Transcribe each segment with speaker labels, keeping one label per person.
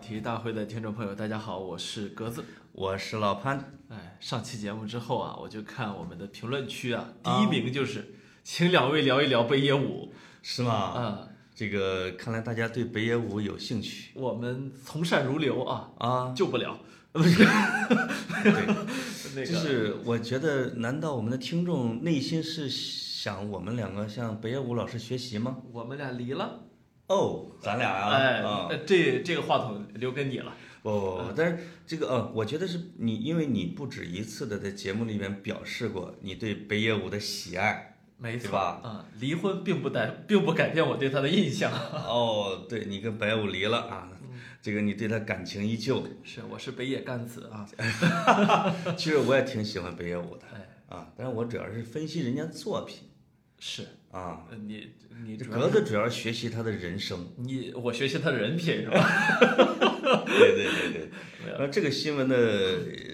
Speaker 1: 体育大会的听众朋友，大家好，我是格子。
Speaker 2: 我是老潘，
Speaker 1: 哎，上期节目之后啊，我就看我们的评论区啊，第一名就是、请两位聊一聊北野武。
Speaker 2: 是吗？
Speaker 1: 嗯，
Speaker 2: 这个看来大家对北野武有兴趣
Speaker 1: 我们从善如流啊，
Speaker 2: 啊？
Speaker 1: 救不 了， 不是
Speaker 2: 对，
Speaker 1: 那
Speaker 2: 就
Speaker 1: 个
Speaker 2: 是我觉得，难道我们的听众内心是想我们两个向北野武老师学习吗？
Speaker 1: 我们俩离了。
Speaker 2: 哦，咱俩啊，
Speaker 1: 哎，
Speaker 2: 啊
Speaker 1: 呃这这个话筒留给你了。
Speaker 2: 不不不，但是这个呃，我觉得是你，因为你不止一次的在节目里面表示过你对北野武的喜爱。
Speaker 1: 没
Speaker 2: 对
Speaker 1: 错，
Speaker 2: 吧
Speaker 1: 啊、离婚并不改，并不改变我对他的印象。
Speaker 2: 哦，对你跟北野武离了啊，这个你对他感情依旧。
Speaker 1: 是，我是北野干子啊。
Speaker 2: 其实我也挺喜欢北野武的
Speaker 1: 哎，
Speaker 2: 啊，但是我主要是分析人家作品
Speaker 1: 是，
Speaker 2: 啊。
Speaker 1: 呃你你
Speaker 2: 这
Speaker 1: 主要
Speaker 2: 格子主要是学习他的人 生。
Speaker 1: 你我学习他的人品是吧？
Speaker 2: 对对对对
Speaker 1: 没。
Speaker 2: 然后这个新闻的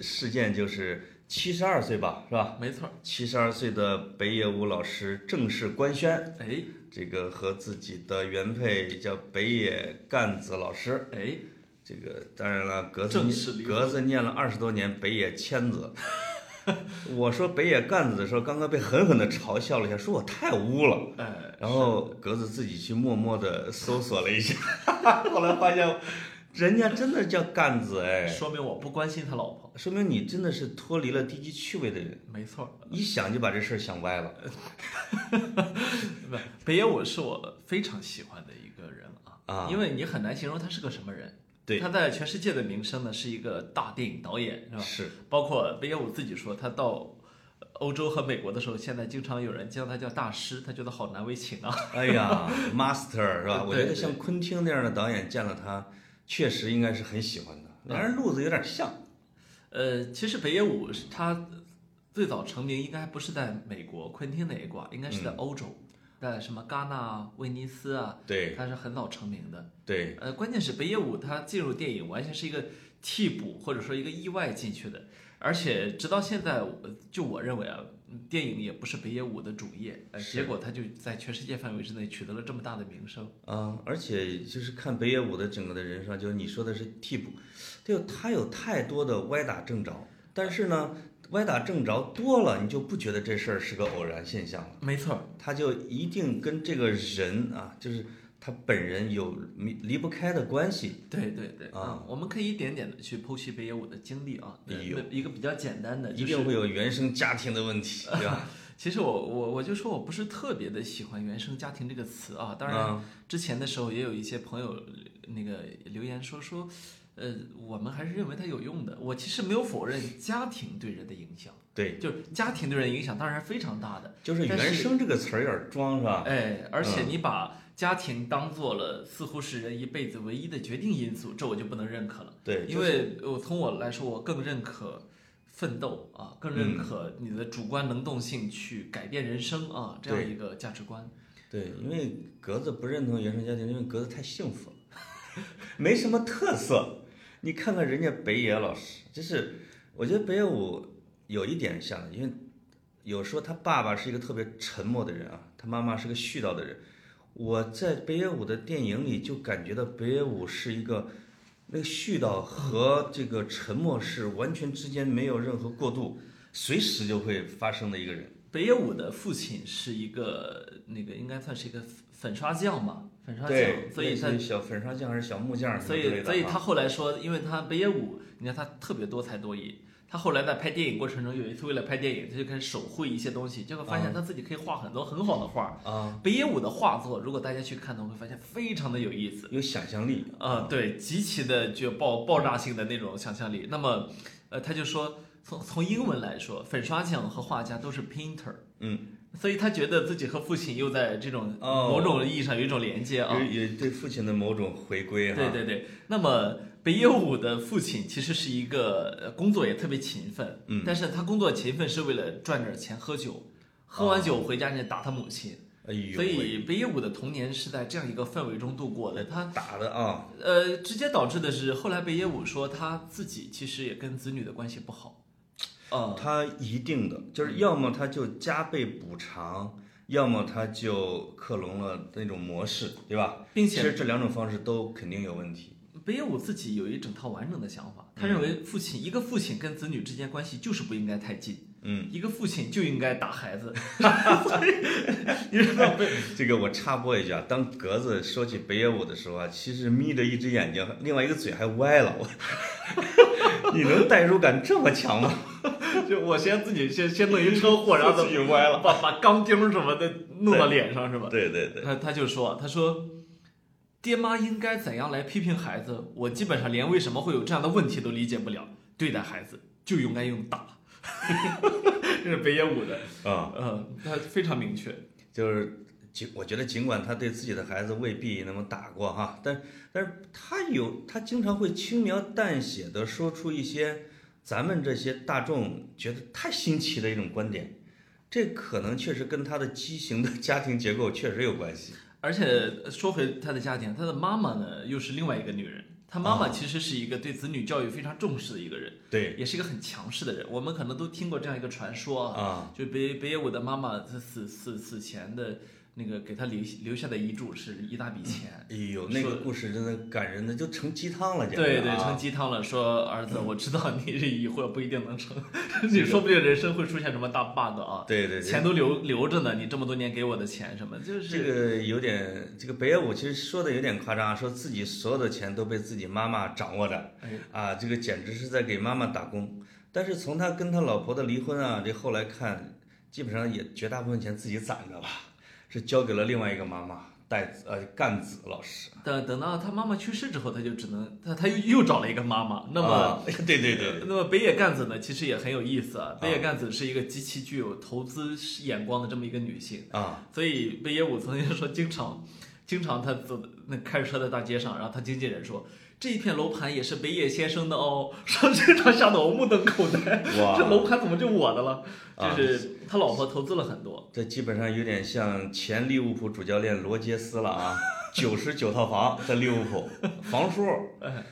Speaker 2: 事件就是七十二岁吧，是吧？
Speaker 1: 没错。
Speaker 2: 七十二岁的北野武老师正式官宣，
Speaker 1: 哎
Speaker 2: 这个和自己的原配叫北野干子老师。
Speaker 1: 哎，
Speaker 2: 这个当然了，格
Speaker 1: 正式
Speaker 2: 子
Speaker 1: 离
Speaker 2: 念
Speaker 1: 婚
Speaker 2: 格子念了二十多年北野千子。 我说北野干子的时候，刚刚被狠狠地嘲笑了一下，说我太污了。
Speaker 1: 呃，
Speaker 2: 然后格子自己去默默地搜索了一下， 后来发现人家真的叫干子哎，
Speaker 1: 说明我不关心他老婆。
Speaker 2: 说明你真的是脱离了低级趣味的人，
Speaker 1: 没错，
Speaker 2: 一想就把这事儿想歪了。
Speaker 1: 不，北野武是我非常喜欢的一个人啊，
Speaker 2: 啊
Speaker 1: 因为你很难形容他是个什么人。
Speaker 2: 对，
Speaker 1: 他在全世界的名声呢是一个大电影导哎演，是吧？
Speaker 2: 是
Speaker 1: 包括北野武自己说，他到欧洲和美国的时候，现在经常有人叫他叫大师，他觉得好难为情啊。
Speaker 2: 哎呀，master 是吧？
Speaker 1: 对
Speaker 2: 我觉
Speaker 1: 对
Speaker 2: 得像昆汀那样的导演见了他，确实应该是很喜欢的。两人路子有点像，
Speaker 1: 呃，其实北野武是他最早成名应该不是在美国昆汀那一挂，应该是在
Speaker 2: 嗯
Speaker 1: 欧洲，在什么戛纳、啊、威尼斯啊，
Speaker 2: 对
Speaker 1: 他是很早成名的。
Speaker 2: 对，
Speaker 1: 呃，关键是北野武他进入电影完全是一个替补或者说一个意外进去的，而且直到现在，我就我认为啊，嗯电影也不是北野武的主业，呃，
Speaker 2: 是
Speaker 1: 结果他就在全世界范围之内取得了这么大的名声。
Speaker 2: 啊，而且就是看北野武的整个的人生，就是你说的是替补，就他有太多的歪打正着，但是呢，歪打正着多了，你就不觉得这事儿是个偶然现象了，
Speaker 1: 没错，
Speaker 2: 他就一定跟这个人啊，就是他本人有离离不开的关系。
Speaker 1: 对对对，
Speaker 2: 啊
Speaker 1: 嗯，我们可以一点点的去剖析北野武的经历啊，呃
Speaker 2: 哎呦
Speaker 1: 一个比较简单的，
Speaker 2: 一
Speaker 1: 就是
Speaker 2: 定会有原生家庭的问题， 对吧？
Speaker 1: 其实我我我就说我不是特别的喜欢“原生家庭”这个词啊，当然
Speaker 2: 啊
Speaker 1: 之前的时候也有一些朋友呃那个留言说说，呃，我们还是认为它有用的。我其实没有否认家庭对人的影响，
Speaker 2: 对，
Speaker 1: 就是家庭对人影响当然非常大的，
Speaker 2: 就是
Speaker 1: 但
Speaker 2: 原
Speaker 1: 是
Speaker 2: 生这个词儿有点装，是吧？
Speaker 1: 哎，而
Speaker 2: 嗯
Speaker 1: 且你把家庭当做了似乎是人一辈子唯一的决定因素，这我就不能认可了。
Speaker 2: 对，
Speaker 1: 因为我从我来说，我更认可奋斗啊，更认
Speaker 2: 嗯
Speaker 1: 可你的主观能动性去改变人生啊，这样一个价值观。
Speaker 2: 对，因为格子不认同原生家庭，因为格子太幸福了， 没什么特色。你看看人家北野老师，就是我觉得北野武有一点像，因为有时候他爸爸是一个特别沉默的人啊，他妈妈是个絮叨的人。我在北野武的电影里就感觉到北野武是一个那个絮叨和这个沉默是完全之间没有任何过渡，随时就会发生的一个人。
Speaker 1: 北野武的父亲是一个那个应该算是一个粉粉刷匠吧，粉刷匠，所以他
Speaker 2: 类似于小粉刷匠还是小木匠什么
Speaker 1: 所
Speaker 2: 之类
Speaker 1: 以
Speaker 2: 的
Speaker 1: 所以
Speaker 2: 啊
Speaker 1: 他后来说，因为他北野武，你看他特别多才多艺。他后来在拍电影过程中，有一次为了拍电影，他就开始手绘一些东西，结果发现他自己可以画很多很好的画。
Speaker 2: 啊
Speaker 1: 北野武的画作，如果大家去看的话，会发现非常的有意思。
Speaker 2: 有想象力
Speaker 1: 啊、对，极其的具有爆爆炸性的那种想象力。那么，呃，他就说，从从英文来说，粉刷匠和画家都是 painter，
Speaker 2: 嗯，
Speaker 1: 所以他觉得自己和父亲又在这种
Speaker 2: 哦
Speaker 1: 某种意义上有一种连接啊。
Speaker 2: 有有对父亲的某种回归哈、
Speaker 1: 对对对，那么北野武的父亲其实是一个呃工作也特别勤奋，
Speaker 2: 嗯
Speaker 1: 但是他工作勤奋是为了赚点钱喝酒，喝完
Speaker 2: 哦
Speaker 1: 酒回家人家打他母亲，
Speaker 2: 哎呦喂，
Speaker 1: 所以北野武的童年是在这样一个氛围中度过的。他
Speaker 2: 打的啊，
Speaker 1: 呃，直接导致的是后来北野武说他自己其实也跟子女的关系不好，啊、
Speaker 2: 他一定的就是要么他就加倍补偿，要么他就克隆了那种模式，对吧？
Speaker 1: 并
Speaker 2: 其
Speaker 1: 且
Speaker 2: 实这两种方式都肯定有问题。
Speaker 1: 北野武自己有一整套完整的想法，他认为父亲、一个父亲跟子女之间关系就是不应该太近，
Speaker 2: 嗯，
Speaker 1: 一个父亲就应该打孩子。你知道北
Speaker 2: 这个我插播一下，啊当格子说起北野武的时候啊，其实眯着一只眼睛，另外一个嘴还歪了。我， 你能代入感这么 强吗？
Speaker 1: 就我先自己先先弄一车祸，然后
Speaker 2: 自己歪了。
Speaker 1: 把把钢钉什么的弄到脸上是吧？
Speaker 2: 对对对，
Speaker 1: 他他就说，他说，爹妈应该怎样来批评孩子？我基本上连为什么会有这样的问题都理解不了。对待孩子就应该用打， 这是北野武的，
Speaker 2: 啊、
Speaker 1: 嗯，他非常明确。
Speaker 2: 就是尽，我觉得尽管他对自己的孩子未必那么打过哈，但但是他有他经常会轻描淡写的说出一些咱们这些大众觉得太新奇的一种观点，这可能确实跟他的畸形的家庭结构确实有关系。
Speaker 1: 而且说回他的家庭，他的妈妈呢又是另外一个女人。他妈妈其实是一个对子女教育非常重视的一个人，
Speaker 2: 对
Speaker 1: 也是一个很强势的人。我们可能都听过这样一个传说啊，
Speaker 2: 啊，
Speaker 1: 就北北野武的妈妈，她死死死前的那个给他留留下的遗嘱是一大笔钱。
Speaker 2: 哎呦，那个故事真的感人的就成鸡汤了，简直
Speaker 1: 对对，
Speaker 2: 啊
Speaker 1: 成鸡汤了，说儿子，我知道你这以后不一定能 成，你说不定人生会出现什么大 bug 啊。
Speaker 2: 对对对，
Speaker 1: 钱都留留着呢，你这么多年给我的钱什么，就
Speaker 2: 这
Speaker 1: 是
Speaker 2: 个有点，这个北野武其实说的有点夸张，啊说自己所有的钱都被自己妈妈掌握着
Speaker 1: 哎，
Speaker 2: 啊，这个简直是在给妈妈打工。但是从他跟他老婆的离婚啊，这后来看，基本上也绝大部分钱自己攒着吧，是交给了另外一个妈妈带子呃干子老师。
Speaker 1: 等等到他妈妈去世之后，他就只能他他又又找了一个妈妈。那么
Speaker 2: 啊 对对对，
Speaker 1: 那么北野干子呢，其实也很有意思啊。北野干子是一个极其具有投资眼光的这么一个女性，
Speaker 2: 啊，
Speaker 1: 所以北野武曾经说，经常，经常他走那开着车在大街上，然后他经纪人说，这一片楼盘也是北野先生的哦， 说经常吓得我目瞪口呆，
Speaker 2: 哇
Speaker 1: 这楼盘怎么就我的了？
Speaker 2: 啊
Speaker 1: 就是他老婆投资了很多，
Speaker 2: 这基本上有点像前利物浦主教练罗杰斯了啊，九十九套房在利物浦，房叔。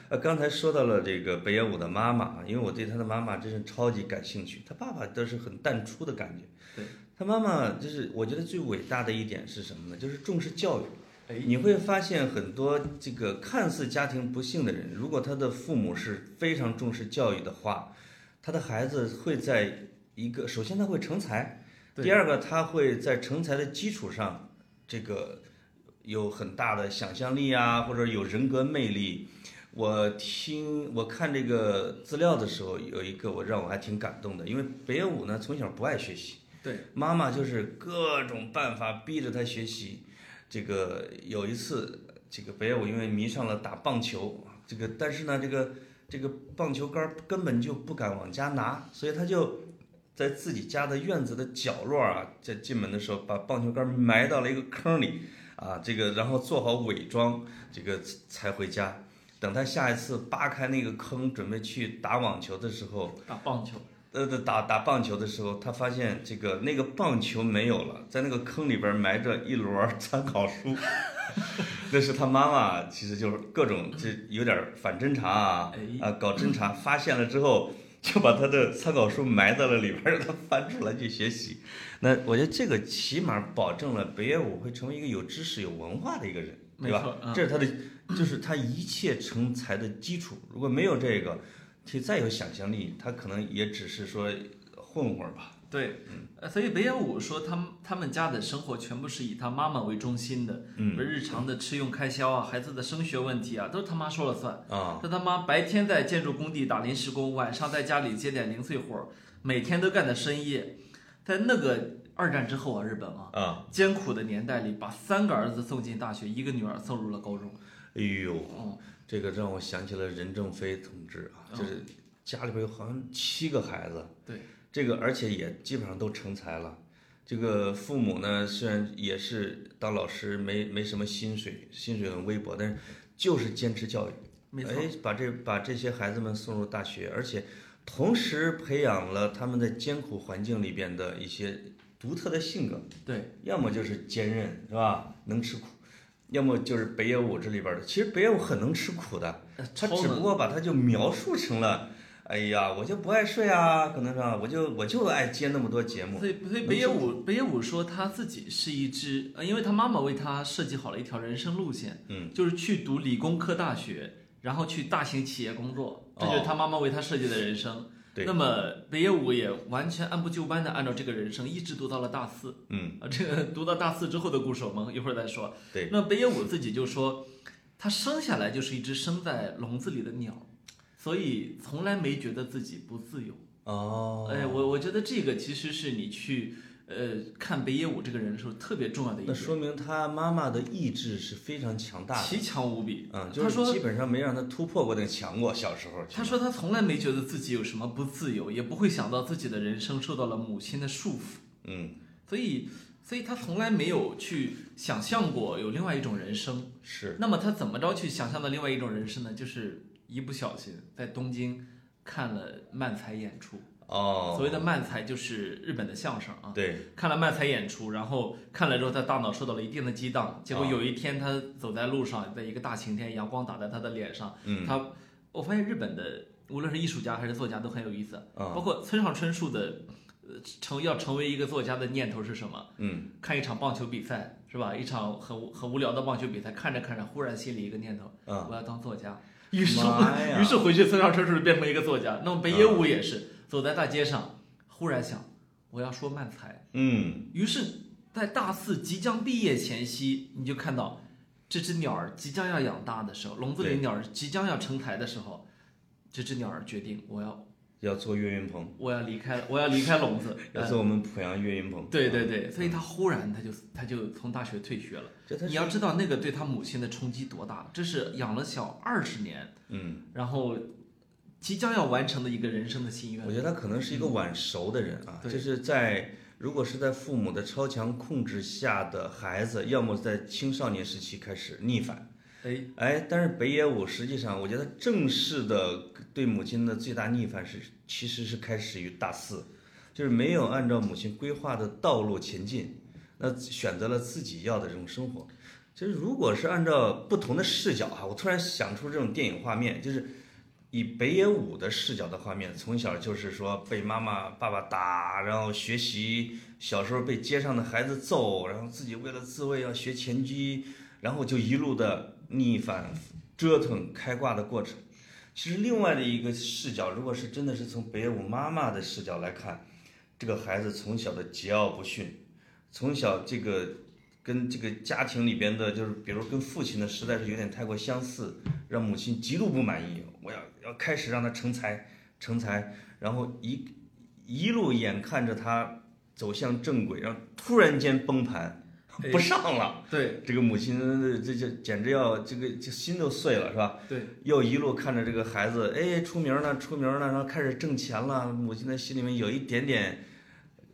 Speaker 2: 呃，刚才说到了这个北野武的妈妈啊，因为我对他的妈妈真是超级感兴趣，他爸爸倒是很淡出的感觉。
Speaker 1: 对，
Speaker 2: 他妈妈就是我觉得最伟大的一点是什么呢？就是重视教育。
Speaker 1: 哎，
Speaker 2: 你会发现很多这个看似家庭不幸的人，如果他的父母是非常重视教育的话，他的孩子会在一个首先他会成才，
Speaker 1: 对
Speaker 2: 第二个他会在成才的基础上，这个有很大的想象力啊，或者有人格魅力。我听我看这个资料的时候，有一个我让我还挺感动的，因为北野武呢从小不爱学习。
Speaker 1: 对，
Speaker 2: 妈妈就是各种办法逼着他学习。这个有一次，这个北野武因为迷上了打棒球，啊这个但是呢，这个这个棒球杆儿根本就不敢往家拿，所以他就在自己家的院子的角落啊，在进门的时候把棒球杆儿埋到了一个坑里啊，这个然后做好伪装，这个才回家。等他下一次扒开那个坑准备去打网球的时候，
Speaker 1: 打棒球，
Speaker 2: 呃，打打棒球的时候，他发现这个那个棒球没有了，在那个坑里边埋着一摞参考书， 那是他妈妈，其实就是各种这有点反侦查啊
Speaker 1: 哎
Speaker 2: 啊，搞侦查，发现了之后就把他的参考书埋在了里边，让他翻出来去学习。那我觉得这个起码保证了北野武会成为一个有知识、有文化的一个人，
Speaker 1: 没
Speaker 2: 对吧？
Speaker 1: 错，嗯
Speaker 2: 这是他的，就是他一切成才的基础。如果没有这个，其实再有想象力，他可能也只是说混混吧。
Speaker 1: 对，
Speaker 2: 嗯
Speaker 1: 呃，所以北野武说他们他们家的生活全部是以他妈妈为中心的，
Speaker 2: 嗯，
Speaker 1: 日常的吃用开销啊，孩子的升学问题啊，都是他妈说了算。
Speaker 2: 啊，
Speaker 1: 他他妈白天在建筑工地打临时工，晚上在家里接点零碎活儿，每天都干到深夜。在那个二战之后啊，日本啊，
Speaker 2: 啊，
Speaker 1: 艰苦的年代里，把三个儿子送进大学，一个女儿送入了高中。
Speaker 2: 哎呦，
Speaker 1: 嗯，
Speaker 2: 这个让我想起了任正非同志啊，就是家里边有好像七个孩子，
Speaker 1: 对，
Speaker 2: 这个而且也基本上都成才了。这个父母呢，虽然也是当老师没没什么薪水，薪水很微薄，但是就是坚持教育。
Speaker 1: 没错，
Speaker 2: 哎，把这把这些孩子们送入大学，而且同时培养了他们在艰苦环境里边的一些独特的性格，
Speaker 1: 对，
Speaker 2: 要么就是坚韧，是吧？能吃苦，要么就是北野武这里边的。其实北野武很能吃苦的，
Speaker 1: 呃
Speaker 2: 啊他
Speaker 1: 超
Speaker 2: 只
Speaker 1: 能
Speaker 2: 不过把他就描述成了，哎呀，我就不爱睡啊，可能是吧，我就我就爱接那么多节目。
Speaker 1: 所以，所以北野武北野武说他自己是一只，呃，因为他妈妈为他设计好了一条人生路线，
Speaker 2: 嗯，
Speaker 1: 就是去读理工科大学，然后去大型企业工作，这
Speaker 2: 哦
Speaker 1: 就是他妈妈为他设计的人生。
Speaker 2: 对
Speaker 1: 那么北野武也完全按部就班的按照这个人生一直读到了大四。
Speaker 2: 嗯，
Speaker 1: 啊，这个读到大四之后的故事，我们一会儿再说。
Speaker 2: 对，
Speaker 1: 那北野武自己就说，他生下来就是一只生在笼子里的鸟，所以从来没觉得自己不自由。
Speaker 2: 哦，
Speaker 1: 哎，我我觉得这个其实是你去呃看北野武这个人的时候特别重要的一
Speaker 2: 那
Speaker 1: 点，
Speaker 2: 说明他妈妈的意志是非常强大的，
Speaker 1: 奇强无比。
Speaker 2: 嗯，就
Speaker 1: 他
Speaker 2: 是
Speaker 1: 说。
Speaker 2: 基本上没让他突破过那个墙过。小时候，
Speaker 1: 他说他从来没觉得自己有什么不自由，也不会想到自己的人生受到了母亲的束缚，
Speaker 2: 嗯，
Speaker 1: 所以，所以他从来没有去想象过有另外一种人生。
Speaker 2: 是，
Speaker 1: 那么他怎么着去想象的另外一种人生呢？就是一不小心在东京看了漫才演出。
Speaker 2: 哦，
Speaker 1: 所谓的漫才就是日本的相声啊。
Speaker 2: 对，嗯
Speaker 1: 看了漫才演出，然后看了之后，他大脑受到了一定的激荡。结果
Speaker 2: 哦
Speaker 1: 有一天，他走在路上，在一个大晴天，阳光打在他的脸上。
Speaker 2: 嗯，
Speaker 1: 他，我发现日本的无论是艺术家还是作家都很有意思，包
Speaker 2: 啊，
Speaker 1: 括村上春树的，呃，成要成为一个作家的念头是什么？
Speaker 2: 嗯，
Speaker 1: 看一场棒球比赛是吧？一场很无很无聊的棒球比赛，看着看着，忽然心里一个念头，
Speaker 2: 啊，
Speaker 1: 我要当作家。嗯于是我，
Speaker 2: 妈呀
Speaker 1: 于是回去村上春树变成一个作家。那么北野武也是，走在大街上，忽然想，我要说漫才。
Speaker 2: 嗯，
Speaker 1: 于是，在大四即将毕业前夕，你就看到这只鸟儿即将要养大的时候，笼子里
Speaker 2: 对
Speaker 1: 鸟儿即将要成才的时候，这只鸟儿决定，我要
Speaker 2: 要做岳云鹏，
Speaker 1: 我要离开，我要离开笼子。
Speaker 2: 要做我们濮阳岳云鹏。
Speaker 1: 对对对，所以他忽然他就他就从大学退学了。
Speaker 2: 这他
Speaker 1: 你要知道那个对他母亲的冲击多大，这是养了小二十年，
Speaker 2: 嗯，
Speaker 1: 然后即将要完成的一个人生的心愿嗯
Speaker 2: 我。觉得他可能是一个晚熟的人啊，
Speaker 1: 对
Speaker 2: 就是在如果是在父母的超强控制下的孩子，要么在青少年时期开始逆反。
Speaker 1: 哎，
Speaker 2: 哎，但是北野武实际上，我觉得正式的对母亲的最大逆反是，其实是开始于大四，就是没有按照母亲规划的道路前进，那选择了自己要的这种生活。就是如果是按照不同的视角哈，我突然想出这种电影画面，就是以北野武的视角的画面，从小就是说被妈妈、爸爸打，然后学习，小时候被街上的孩子揍，然后自己为了自卫要学拳击，然后就一路的逆反折腾开挂的过程。其实另外的一个视角，如果是真的是从北野武妈妈的视角来看，这个孩子从小的桀骜不驯，从小这个跟这个家庭里边的，就是比如跟父亲的实在是有点太过相似，让母亲极度不满意。我要要开始让他成才，成才，然后一一路眼看着他走向正轨，然后突然间崩盘，
Speaker 1: 哎
Speaker 2: 不上了。
Speaker 1: 对
Speaker 2: 这个母亲呃这这简直要这个这心都碎了是吧？
Speaker 1: 对，
Speaker 2: 又一路看着这个孩子，哎，出名了，出名了，然后开始挣钱了，母亲的心里面有一点点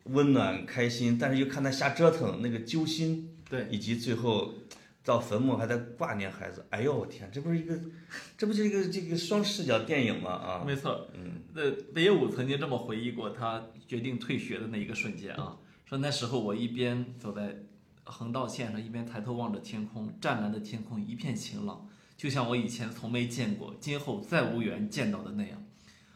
Speaker 2: 温暖、开心，但是又看他瞎折腾，那个揪心，
Speaker 1: 对，
Speaker 2: 以及最后到坟墓还在挂念孩子，哎呦我天，这不是一个，这不是一个这个双视角电影吗？啊，
Speaker 1: 没错。
Speaker 2: 嗯，
Speaker 1: 那北野武曾经这么回忆过他决定退学的那一个瞬间啊，说那时候我一边走在横道线上，一边抬头望着天空，湛蓝的天空一片晴朗，就像我以前从没见过，今后再无缘见到的那样。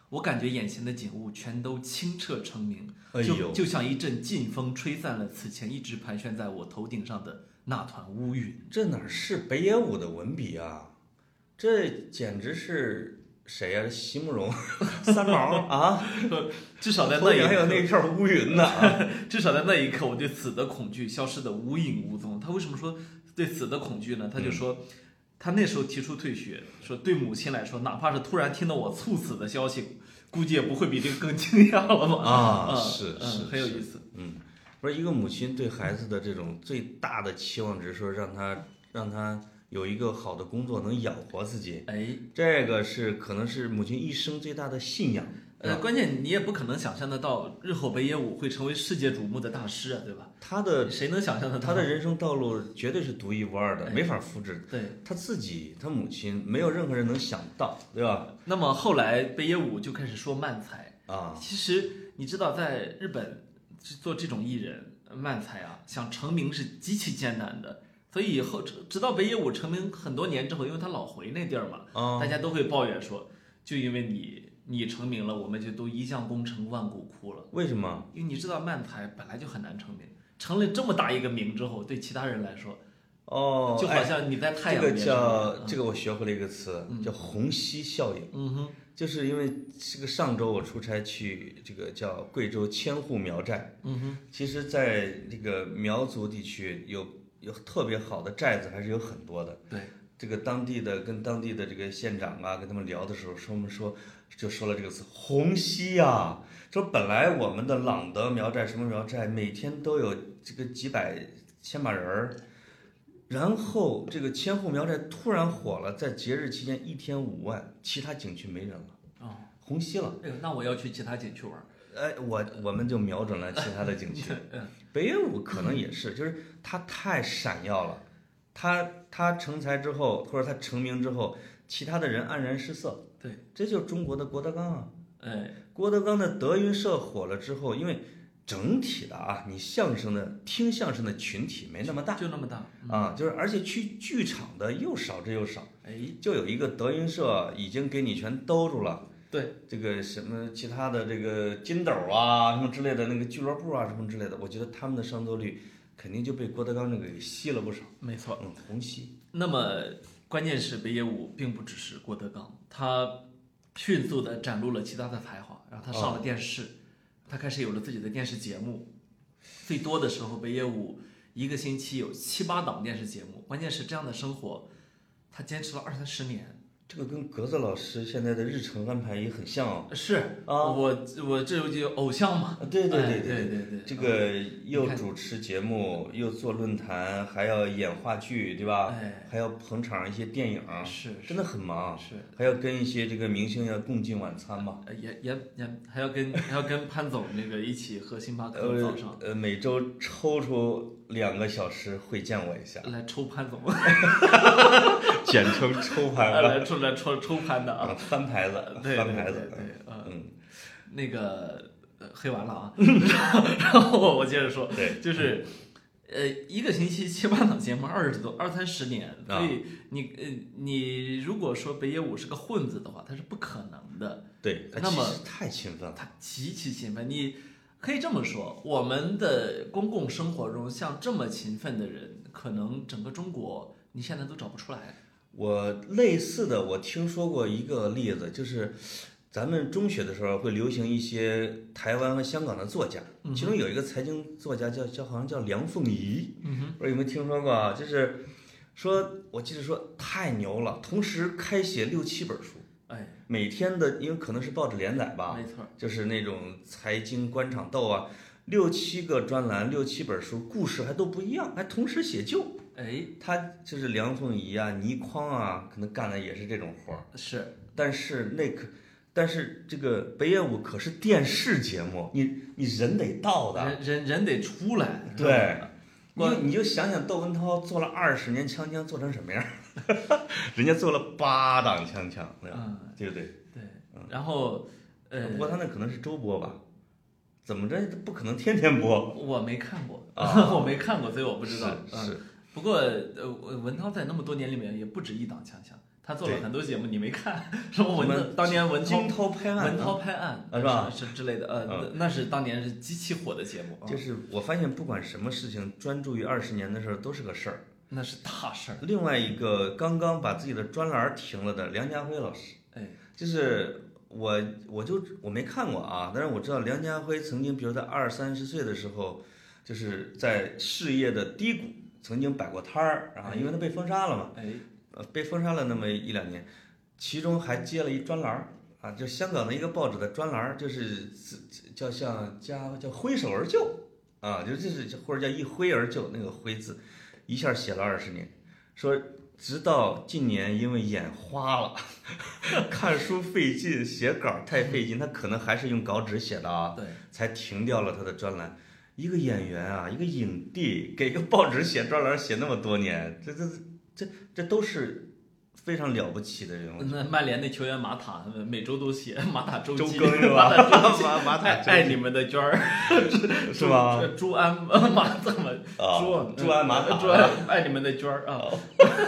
Speaker 1: 我感觉眼前的景物全都清澈澄明。
Speaker 2: 哎
Speaker 1: 就
Speaker 2: 呦，
Speaker 1: 就像一阵劲风吹散了此前一直盘旋在我头顶上的那团乌云。
Speaker 2: 这哪是北野武的文笔啊？这简直是谁呀、席慕容、 三毛啊！
Speaker 1: 至少在
Speaker 2: 头
Speaker 1: 那
Speaker 2: 顶还有
Speaker 1: 一
Speaker 2: 那片乌云呢啊！
Speaker 1: 刻，至少在那一刻，我对死的恐惧消失的无影无踪。他为什么说对死的恐惧呢？
Speaker 2: 嗯
Speaker 1: 他就说，他那时候提出退学，说对母亲来说，哪怕是突然听到我猝死的消息，估计也不会比这个更惊讶了吧？
Speaker 2: 啊
Speaker 1: 嗯
Speaker 2: 是
Speaker 1: 嗯
Speaker 2: 是
Speaker 1: 很有
Speaker 2: 是
Speaker 1: 意思。
Speaker 2: 不是一个母亲对孩子的这种最大的期望值，说让他让他有一个好的工作能养活自己，
Speaker 1: 哎，
Speaker 2: 这个是可能是母亲一生最大的信仰。
Speaker 1: 呃，关键你也不可能想象得到，日后北野武会成为世界瞩目的大师啊，对吧？
Speaker 2: 他的
Speaker 1: 谁能想象得到？
Speaker 2: 他的人生道路绝对是独一无二的，
Speaker 1: 哎
Speaker 2: 没法复制。
Speaker 1: 对。
Speaker 2: 他自己，他母亲，没有任何人能想到，对吧？
Speaker 1: 那么后来北野武就开始说漫才。
Speaker 2: 啊，
Speaker 1: 其实你知道，在日本做这种艺人漫才啊，想成名是极其艰难的。所以以后直直到北野武成名很多年之后，因为他老回那地儿嘛，
Speaker 2: 啊，
Speaker 1: 大家都会抱怨说，就因为你你成名了，我们就都一将功成万骨枯了。
Speaker 2: 为什么？
Speaker 1: 因为你知道漫才本来就很难成名，成了这么大一个名之后，对其他人来说，
Speaker 2: 哦，
Speaker 1: 就
Speaker 2: 哎
Speaker 1: 好像你在太阳
Speaker 2: 这个
Speaker 1: 边上
Speaker 2: 叫
Speaker 1: 面
Speaker 2: 这个我学会了一个词，叫虹吸效应。
Speaker 1: 嗯哼，
Speaker 2: 就是因为这个上周我出差去这个叫贵州千户苗寨，
Speaker 1: 嗯哼，
Speaker 2: 其实在这个苗族地区有有特别好的寨子还是有很多的。
Speaker 1: 对，
Speaker 2: 这个当地的跟当地的这个县长啊，跟他们聊的时候，说我们说就说了这个词“虹吸”啊，说本来我们的朗德苗寨什么苗寨每天都有这个几百千把人儿，然后这个千户苗寨突然火了，在节日期间一天五万，其他景区没人了，
Speaker 1: 哦，
Speaker 2: 虹吸了。
Speaker 1: 哎呦，那我要去其他景区玩儿。
Speaker 2: 哎，我我们就瞄准了其他的 景区，
Speaker 1: 嗯
Speaker 2: 北野武可能也是，就是它太闪耀了，它它成才之后，或者它成名之后，其他的人黯然失色，
Speaker 1: 对，
Speaker 2: 这就是中国的郭德纲啊。
Speaker 1: 哎，
Speaker 2: 郭德纲的德云社火了之后，因为整体的啊，你相声的听相声的群体没那么大
Speaker 1: 就那么大。嗯
Speaker 2: 啊，就是而且去剧场的又少之又少，
Speaker 1: 哎，
Speaker 2: 就有一个德云社已经给你全兜住了。
Speaker 1: 对，
Speaker 2: 这个什么其他的这个金斗啊什么之类的那个俱乐部啊什么之类的，我觉得他们的上座率肯定就被郭德纲这个给吸了不少。
Speaker 1: 没错。
Speaker 2: 嗯，红吸。
Speaker 1: 那么关键是北野武并不只是郭德纲，他迅速的展露了其他的才华，然后他上了电视，他开始有了自己的电视节目。最多的时候，北野武一个星期有七八档电视节目。关键是这样的生活，他坚持了二三十年。
Speaker 2: 这个跟格子老师现在的日程安排也很像哦。
Speaker 1: 呃是
Speaker 2: 啊
Speaker 1: 我我这就偶像嘛。
Speaker 2: 啊对对
Speaker 1: 哎
Speaker 2: 对
Speaker 1: 对对
Speaker 2: 对
Speaker 1: 对，嗯
Speaker 2: 这个又主持节目，又做论坛，还要演话剧，对吧？
Speaker 1: 哎
Speaker 2: 还要捧场一些电影，
Speaker 1: 是
Speaker 2: 真的很忙。
Speaker 1: 是。
Speaker 2: 还要跟一些这个明星要共进晚餐嘛。
Speaker 1: 呃，也也也还要跟还要跟潘总那个一起喝星巴克早上
Speaker 2: 呃呃，每周抽出两个小时会见我一下，
Speaker 1: 来抽潘总，
Speaker 2: 简称抽牌吧，
Speaker 1: 来抽来抽抽潘的 啊，
Speaker 2: 啊，翻牌子，
Speaker 1: 对
Speaker 2: 翻
Speaker 1: 对
Speaker 2: 牌
Speaker 1: 对
Speaker 2: 子，
Speaker 1: 对，呃，
Speaker 2: 嗯，
Speaker 1: 那个呃黑完了啊， 然后我接着说，
Speaker 2: 对，
Speaker 1: 就是。呃，一个星期七八档节目，二十多二三十年，
Speaker 2: 啊
Speaker 1: 所以你呃，你如果说北野武是个混子的话，他是不可能的。
Speaker 2: 对，他
Speaker 1: 那么
Speaker 2: 其实太勤奋了，
Speaker 1: 他极其勤奋。你可以这么说，我们的公共生活中像这么勤奋的人，可能整个中国你现在都找不出来。
Speaker 2: 我类似的，我听说过一个例子，就是咱们中学的时候会流行一些台湾和香港的作家，
Speaker 1: 嗯
Speaker 2: 其中有一个财经作家叫叫好像叫梁凤仪，
Speaker 1: 嗯
Speaker 2: 不知道有没有听说过啊？就是说，我记得说太牛了，同时开写六七本书，
Speaker 1: 哎，
Speaker 2: 每天的因为可能是报纸连载吧，
Speaker 1: 没错儿，
Speaker 2: 就是那种财经官场斗啊，六七个专栏，六七本书，故事还都不一样，还同时写就。
Speaker 1: 哎，
Speaker 2: 他就是梁凤仪啊、倪匡啊，可能干的也是这种活儿，
Speaker 1: 是
Speaker 2: 但是那可，但是这个北野武可是电视节目，你你人得到的，
Speaker 1: 人人人得出来。是吧
Speaker 2: 对，你
Speaker 1: 嗯我
Speaker 2: 就你就想想窦文涛做了二十年锵锵做成什么样儿， 人家做了八档锵锵，对啊吧
Speaker 1: 嗯，
Speaker 2: 对不对？
Speaker 1: 对，
Speaker 2: 嗯
Speaker 1: 然后呃
Speaker 2: 不，过他那可能是周播吧，怎么着不可能天天播，
Speaker 1: 我没看过，
Speaker 2: 啊
Speaker 1: 我没看过，所以我不知道。
Speaker 2: 是
Speaker 1: 嗯
Speaker 2: 是。
Speaker 1: 不过，呃，文文涛在那么多年里面也不止一档强强，他做了
Speaker 2: 对
Speaker 1: 很多节目，你没看？ 什么文
Speaker 2: 什么
Speaker 1: 涛当年文涛
Speaker 2: 惊涛拍案
Speaker 1: 文涛
Speaker 2: 啊。
Speaker 1: 拍案
Speaker 2: 啊是吧
Speaker 1: 是之类的，呃，
Speaker 2: 嗯
Speaker 1: 那那是当年是极其火的节目，啊
Speaker 2: 就是我发现，不管什么事情，专注于二十年的事儿都是个事儿。
Speaker 1: 那是大事儿。
Speaker 2: 另外一个刚刚把自己的专栏儿停了的梁家辉老师，
Speaker 1: 哎，
Speaker 2: 就是我，我就我没看过啊，但是我知道梁家辉曾经，比如在二三十岁的时候，就是在事业的低谷曾经摆过摊儿啊，因为他被封杀了嘛。
Speaker 1: 哎，
Speaker 2: 呃，被封杀了那么一两年，其中还接了一专栏儿啊，就香港的一个报纸的专栏儿，就是自叫像加叫挥手而就啊，就就是就或者叫一挥而就那个挥字，一下写了二十年，说直到近年因为眼花了， 看书费劲，写稿儿太费劲，他可能还是用稿纸写的啊，
Speaker 1: 对，
Speaker 2: 才停掉了他的专栏。一个演员啊，一个影帝，给个报纸写专栏写那么多年，这这这这都是非常了不起的人物。
Speaker 1: 那曼联的球员马塔呃每周都写马塔周
Speaker 2: 周
Speaker 1: 记，
Speaker 2: 更是吧
Speaker 1: 马塔周记
Speaker 2: 马马塔
Speaker 1: 爱
Speaker 2: 周记
Speaker 1: 爱你们的娟儿
Speaker 2: 是吗？？
Speaker 1: 朱朱安马怎么
Speaker 2: 啊
Speaker 1: 朱
Speaker 2: 朱安马塔
Speaker 1: 朱安爱你们的娟儿啊。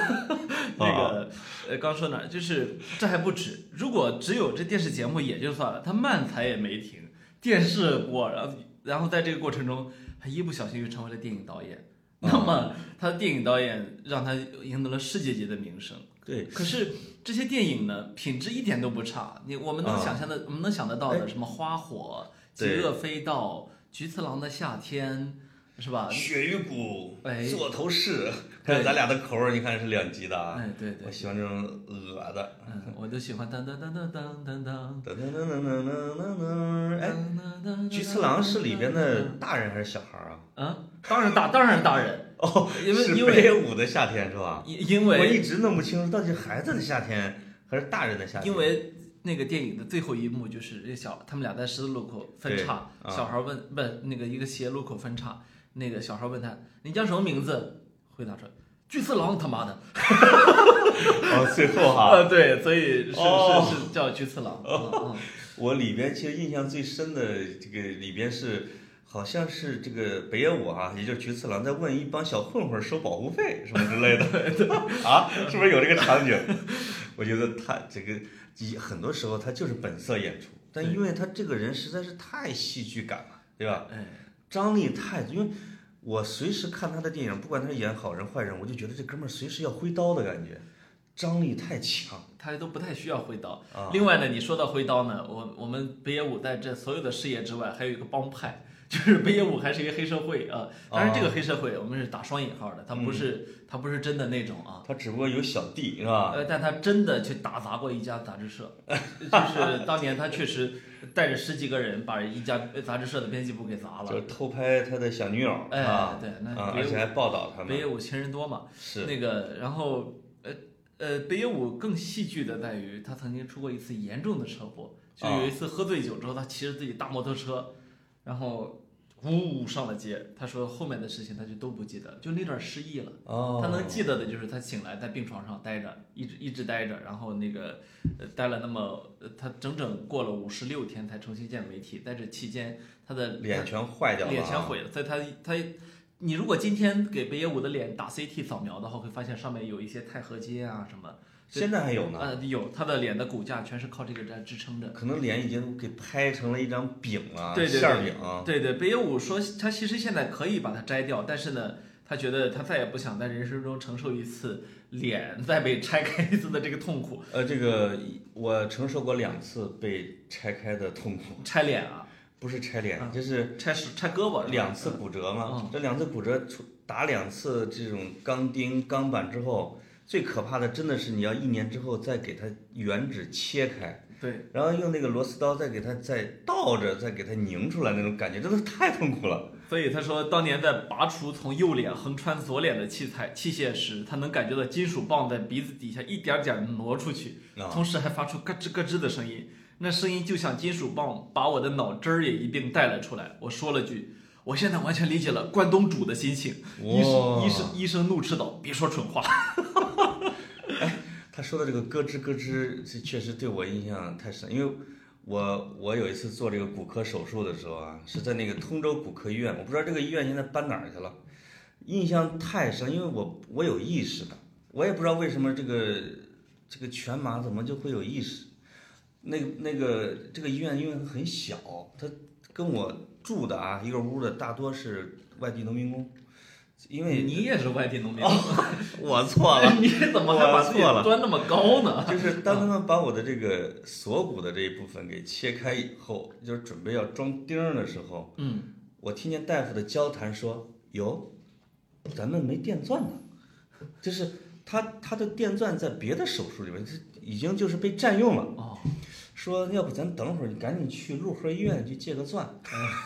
Speaker 1: 那个
Speaker 2: 哦
Speaker 1: 呃，刚说哪儿？就是这还不止，如果只有这电视节目也就算了，他漫才也没停，电
Speaker 2: 啊
Speaker 1: 视过，然后然后在这个过程中，他一不小心就成为了电影导演。那么他的电影导演让他赢得了世界级的名声。
Speaker 2: 对，
Speaker 1: 可是这些电影呢，品质一点都不差。你我们能
Speaker 2: 啊哎
Speaker 1: 想象的，我们能想得到的，什么《花火》《极
Speaker 2: 对
Speaker 1: 恶飞盗》《菊次郎的夏天》，是吧？
Speaker 2: 鳕鱼骨
Speaker 1: 哎、
Speaker 2: 座头市，
Speaker 1: 对
Speaker 2: 还有咱俩的口儿，你看是两级的啊。
Speaker 1: 哎，对对
Speaker 2: 我，喜欢这种恶的，
Speaker 1: 嗯，我都喜欢当当当当当当当。
Speaker 2: 噔噔噔噔噔噔噔噔。哎，
Speaker 1: 哎
Speaker 2: 菊次郎是里边的大人还是小孩儿啊？
Speaker 1: 啊，当然大，当然大人，
Speaker 2: 哦，
Speaker 1: 因为
Speaker 2: 是
Speaker 1: 因
Speaker 2: 北
Speaker 1: 为
Speaker 2: 野武的夏天是吧？
Speaker 1: 因因
Speaker 2: 我
Speaker 1: 为
Speaker 2: 一直弄不清楚到底是孩子的夏天还是大人的夏天。
Speaker 1: 因为那个电影的最后一幕就是这小他们俩在十字路口分叉，
Speaker 2: 对啊
Speaker 1: 小孩问不那个一个斜路口分叉，那个小孩问他你叫什么名字？回答说巨次郎他妈的。
Speaker 2: 哦，最后哈，
Speaker 1: 啊，对，所以是
Speaker 2: 哦
Speaker 1: 是是叫巨次 郎。嗯嗯
Speaker 2: 我里边其实印象最深的这个里边是，好像是这个北野武啊，也就是菊次郎在问一帮小混混收保护费什么之类的 啊，是不是有这个场景？ 我觉得他这个以很多时候他就是本色演出，但因为他这个人实在是太戏剧感了，对吧？
Speaker 1: 哎，
Speaker 2: 张力太，因为我随时看他的电影，不管他是演好人坏人，我就觉得这哥们儿随时要挥刀的感觉，张力太强
Speaker 1: 他都不太需要挥刀。
Speaker 2: 啊。
Speaker 1: 另外呢，你说到挥刀呢，我我们北野武在这所有的事业之外，还有一个帮派， 就是北野武还是一个黑社会啊。当然，这个黑社会我们是打双引号的，他不
Speaker 2: 嗯
Speaker 1: 是他不是真的那种啊。
Speaker 2: 他只不过有小弟是吧？
Speaker 1: 呃，但他真的去打砸过一家杂志社， 就是当年他确实带着十几个人把一家呃杂志社的编辑部给砸
Speaker 2: 就
Speaker 1: 了。
Speaker 2: 是偷拍他的小女友
Speaker 1: 啊哎，
Speaker 2: 啊，
Speaker 1: 对，
Speaker 2: 啊
Speaker 1: 那北
Speaker 2: 而
Speaker 1: 野
Speaker 2: 且还报道他
Speaker 1: 武北
Speaker 2: 们，
Speaker 1: 野武情人多嘛，
Speaker 2: 是
Speaker 1: 那个，然后呃呃，北野武更戏剧的在于他曾经出过一次严重的车祸，就
Speaker 2: 啊
Speaker 1: 有一次喝醉酒之后，他骑着自己大摩托车，然后呜呜上了街。他说后面的事情他就都不记得了，就那段失忆了。
Speaker 2: 哦，
Speaker 1: 他能记得的就是他醒来在病床上待着，一直一直待着，然后那个呃待了那么呃他整整过了五十六天才重新见媒体，在这期间他的
Speaker 2: 脸全坏掉了啊，
Speaker 1: 脸全毁了，在他他。你如果今天给北野武的脸打 CT 扫描的话，会发现上面有一些钛合金啊什么，
Speaker 2: 现在还有呢，
Speaker 1: 呃，有他的脸的骨架全是靠这个在支撑着。
Speaker 2: 可能脸已经给拍成了一张饼了，
Speaker 1: 对对对
Speaker 2: 馅儿饼啊，
Speaker 1: 对对，北野武说他其实现在可以把它摘掉，但是呢，他觉得他再也不想在人生中承受一次脸再被拆开一次的这个痛苦。
Speaker 2: 呃，这个我承受过两次被拆开的痛苦，
Speaker 1: 拆脸啊，
Speaker 2: 不是拆脸
Speaker 1: 啊，
Speaker 2: 就是
Speaker 1: 拆手拆胳膊是吧
Speaker 2: 两次骨折嘛，这两次骨折出打两次这种钢钉、钢板之后，最可怕的真的是你要一年之后再给它原址切开，
Speaker 1: 对，
Speaker 2: 然后用那个螺丝刀再给它再倒着再给它拧出来那种感觉，真的太痛苦了。
Speaker 1: 所以他说当年在拔除从右脸横穿左脸的器材器械时，他能感觉到金属棒在鼻子底下一点点儿挪出去。
Speaker 2: 啊，
Speaker 1: 同时还发出咯吱咯吱的声音，那声音就像金属棒把我的脑汁儿也一并带了出来。我说了句：“我现在完全理解了关东煮的心情。”医生
Speaker 2: 哇
Speaker 1: 医生医生怒斥道：“别说蠢话。
Speaker 2: 他说的这个咯吱咯吱，这确实对我印象太深，因为我我有一次做这个骨科手术的时候啊，是在那个通州骨科医院，我不知道这个医院现在搬哪儿去了，印象太深，因为我我有意识的，我也不知道为什么这个这个全麻怎么就会有意识，那那个这个医院因为很小，它跟我住的啊一个屋的大多是外地农民工，”因为
Speaker 1: 你也是外地农民，
Speaker 2: 我 错了。
Speaker 1: 你怎么还把自己
Speaker 2: 我错了
Speaker 1: 端那么高呢？
Speaker 2: 就是当他们把我的这个锁骨的这一部分给切开以后，就是准备要装钉儿的时候，
Speaker 1: 嗯，
Speaker 2: 我听见大夫的交谈说：“哟，咱们没电钻呢。”就是他他的电钻在别的手术里面，这已经就是被占用了。
Speaker 1: 哦，
Speaker 2: 说要不咱等会儿你赶紧去陆河医院去借个钻。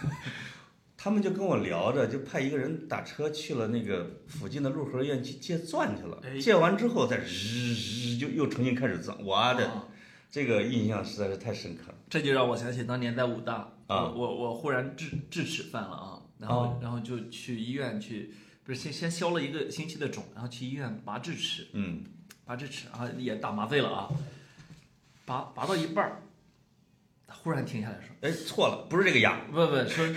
Speaker 2: 他们就跟我聊着，就派一个人打车去了那个附近的陆河医院去借钻去了
Speaker 1: 哎。
Speaker 2: 借完之后再日日就又重新开始钻，我的
Speaker 1: 啊
Speaker 2: 这个印象实在是太深刻了。
Speaker 1: 这就让我想起当年在武大，
Speaker 2: 啊哦
Speaker 1: 我我我忽然智智齿犯了啊，然后、然后就去医院去，不是先先消了一个星期的肿，然后去医院拔智齿。
Speaker 2: 嗯，
Speaker 1: 拔智齿啊，也打麻醉了啊，拔拔到一半儿，他忽然停下来说
Speaker 2: 哎，错了，不是这个牙。：“
Speaker 1: 不不，说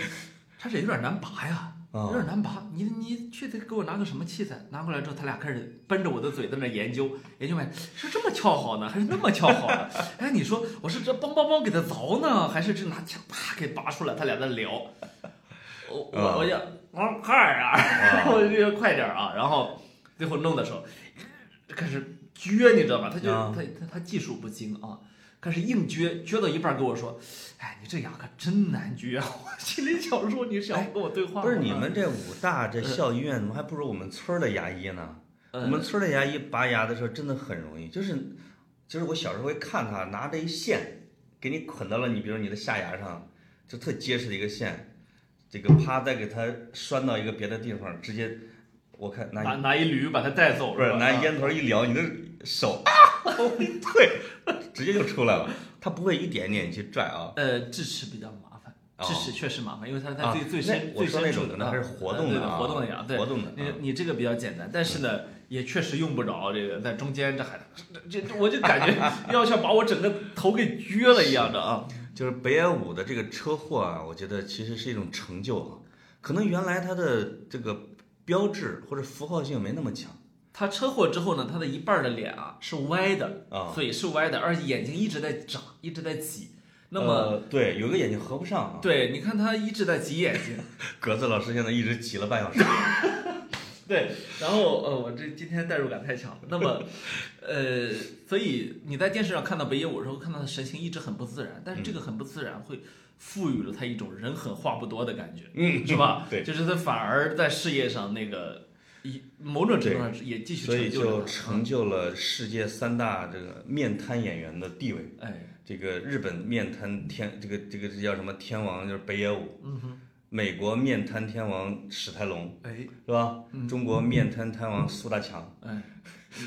Speaker 1: 他这有点难拔呀，
Speaker 2: 啊
Speaker 1: 有点难拔，你你去得给我拿个什么器材？”拿过来之后，他俩开始奔着我的嘴在那研究，研究完是这么撬好呢，还是那么撬好呢？ 哎，你说我是这梆梆梆给
Speaker 2: 啊
Speaker 1: 他凿呢，还是这拿枪啪给拔出来？他俩在聊，我我我想王快啊， 然后就快点儿啊，然后最后弄的时候开始撅，你知道吧？他就
Speaker 2: 啊
Speaker 1: 他他他技术不精啊，开始硬撅，撅到一半跟我说：“哎，你这牙可真难撅。”啊！”我心里想说，你想跟我对话吗
Speaker 2: 哎不是你们这武大这校医院怎么还不如我们村儿的牙医呢？
Speaker 1: 呃
Speaker 2: 我们村儿的牙医拔牙的时候真的很容易，就是就是我小时候会看他拿着一线给你捆到了你，比如你的下牙上，就特结实的一个线，这个啪再给它拴到一个别的地方，直接我看拿
Speaker 1: 拿拿一驴把他带走
Speaker 2: 不是
Speaker 1: 吧啊
Speaker 2: 拿烟头一撩，你的 手啊往一退，直接就出来了。他不会一点点去拽啊。
Speaker 1: 呃，智齿比较麻烦，
Speaker 2: 哦
Speaker 1: 智齿确实麻烦，因为它它
Speaker 2: 啊
Speaker 1: 最最
Speaker 2: 那
Speaker 1: 深
Speaker 2: 我
Speaker 1: 最
Speaker 2: 说
Speaker 1: 深
Speaker 2: 那
Speaker 1: 处
Speaker 2: 种
Speaker 1: 的
Speaker 2: 可能
Speaker 1: 啊
Speaker 2: 还是活
Speaker 1: 呃
Speaker 2: 动
Speaker 1: 对
Speaker 2: 的啊
Speaker 1: 活动的牙，对
Speaker 2: 活动的
Speaker 1: 你
Speaker 2: 啊嗯
Speaker 1: 你这个比较简单，但是呢，也确实用不着这个在中间这还这这，我就感觉要像把我整个头给撅了一样的啊。
Speaker 2: 就是北野武的这个车祸啊，我觉得其实是一种成就啊。可能原来他的这个标志或者符号性没那么强
Speaker 1: 他车祸之后呢，他的一半儿的脸啊是歪的，
Speaker 2: 啊。
Speaker 1: 嘴是歪的，而且眼睛一直在眨，一直在挤。那么，
Speaker 2: 呃对，有个眼睛合不上啊。
Speaker 1: 对，你看他一直在挤眼睛。
Speaker 2: 格子老师现在一直挤了半小时。
Speaker 1: 对，然后呃，我这今天代入感太强了。那么，呃，所以你在电视上看到北野武的时候，看到他神情一直很不自然，但是这个
Speaker 2: 嗯
Speaker 1: 很不自然会赋予了他一种人狠话不多的感觉，
Speaker 2: 嗯？
Speaker 1: 是吧
Speaker 2: 对
Speaker 1: 就是他反而在事业上那个一某种程度上是也继续
Speaker 2: 所以
Speaker 1: 成就啊了
Speaker 2: 就
Speaker 1: 他
Speaker 2: 成就了世界三大这个面瘫演员的地位。
Speaker 1: 哎，
Speaker 2: 这个日本面瘫天，这个这个这叫什么天王就是北野武，
Speaker 1: 嗯哼，
Speaker 2: 美国面瘫天王史泰龙
Speaker 1: 哎，
Speaker 2: 是吧？
Speaker 1: 嗯
Speaker 2: 中国面瘫天王苏大强，
Speaker 1: 哎，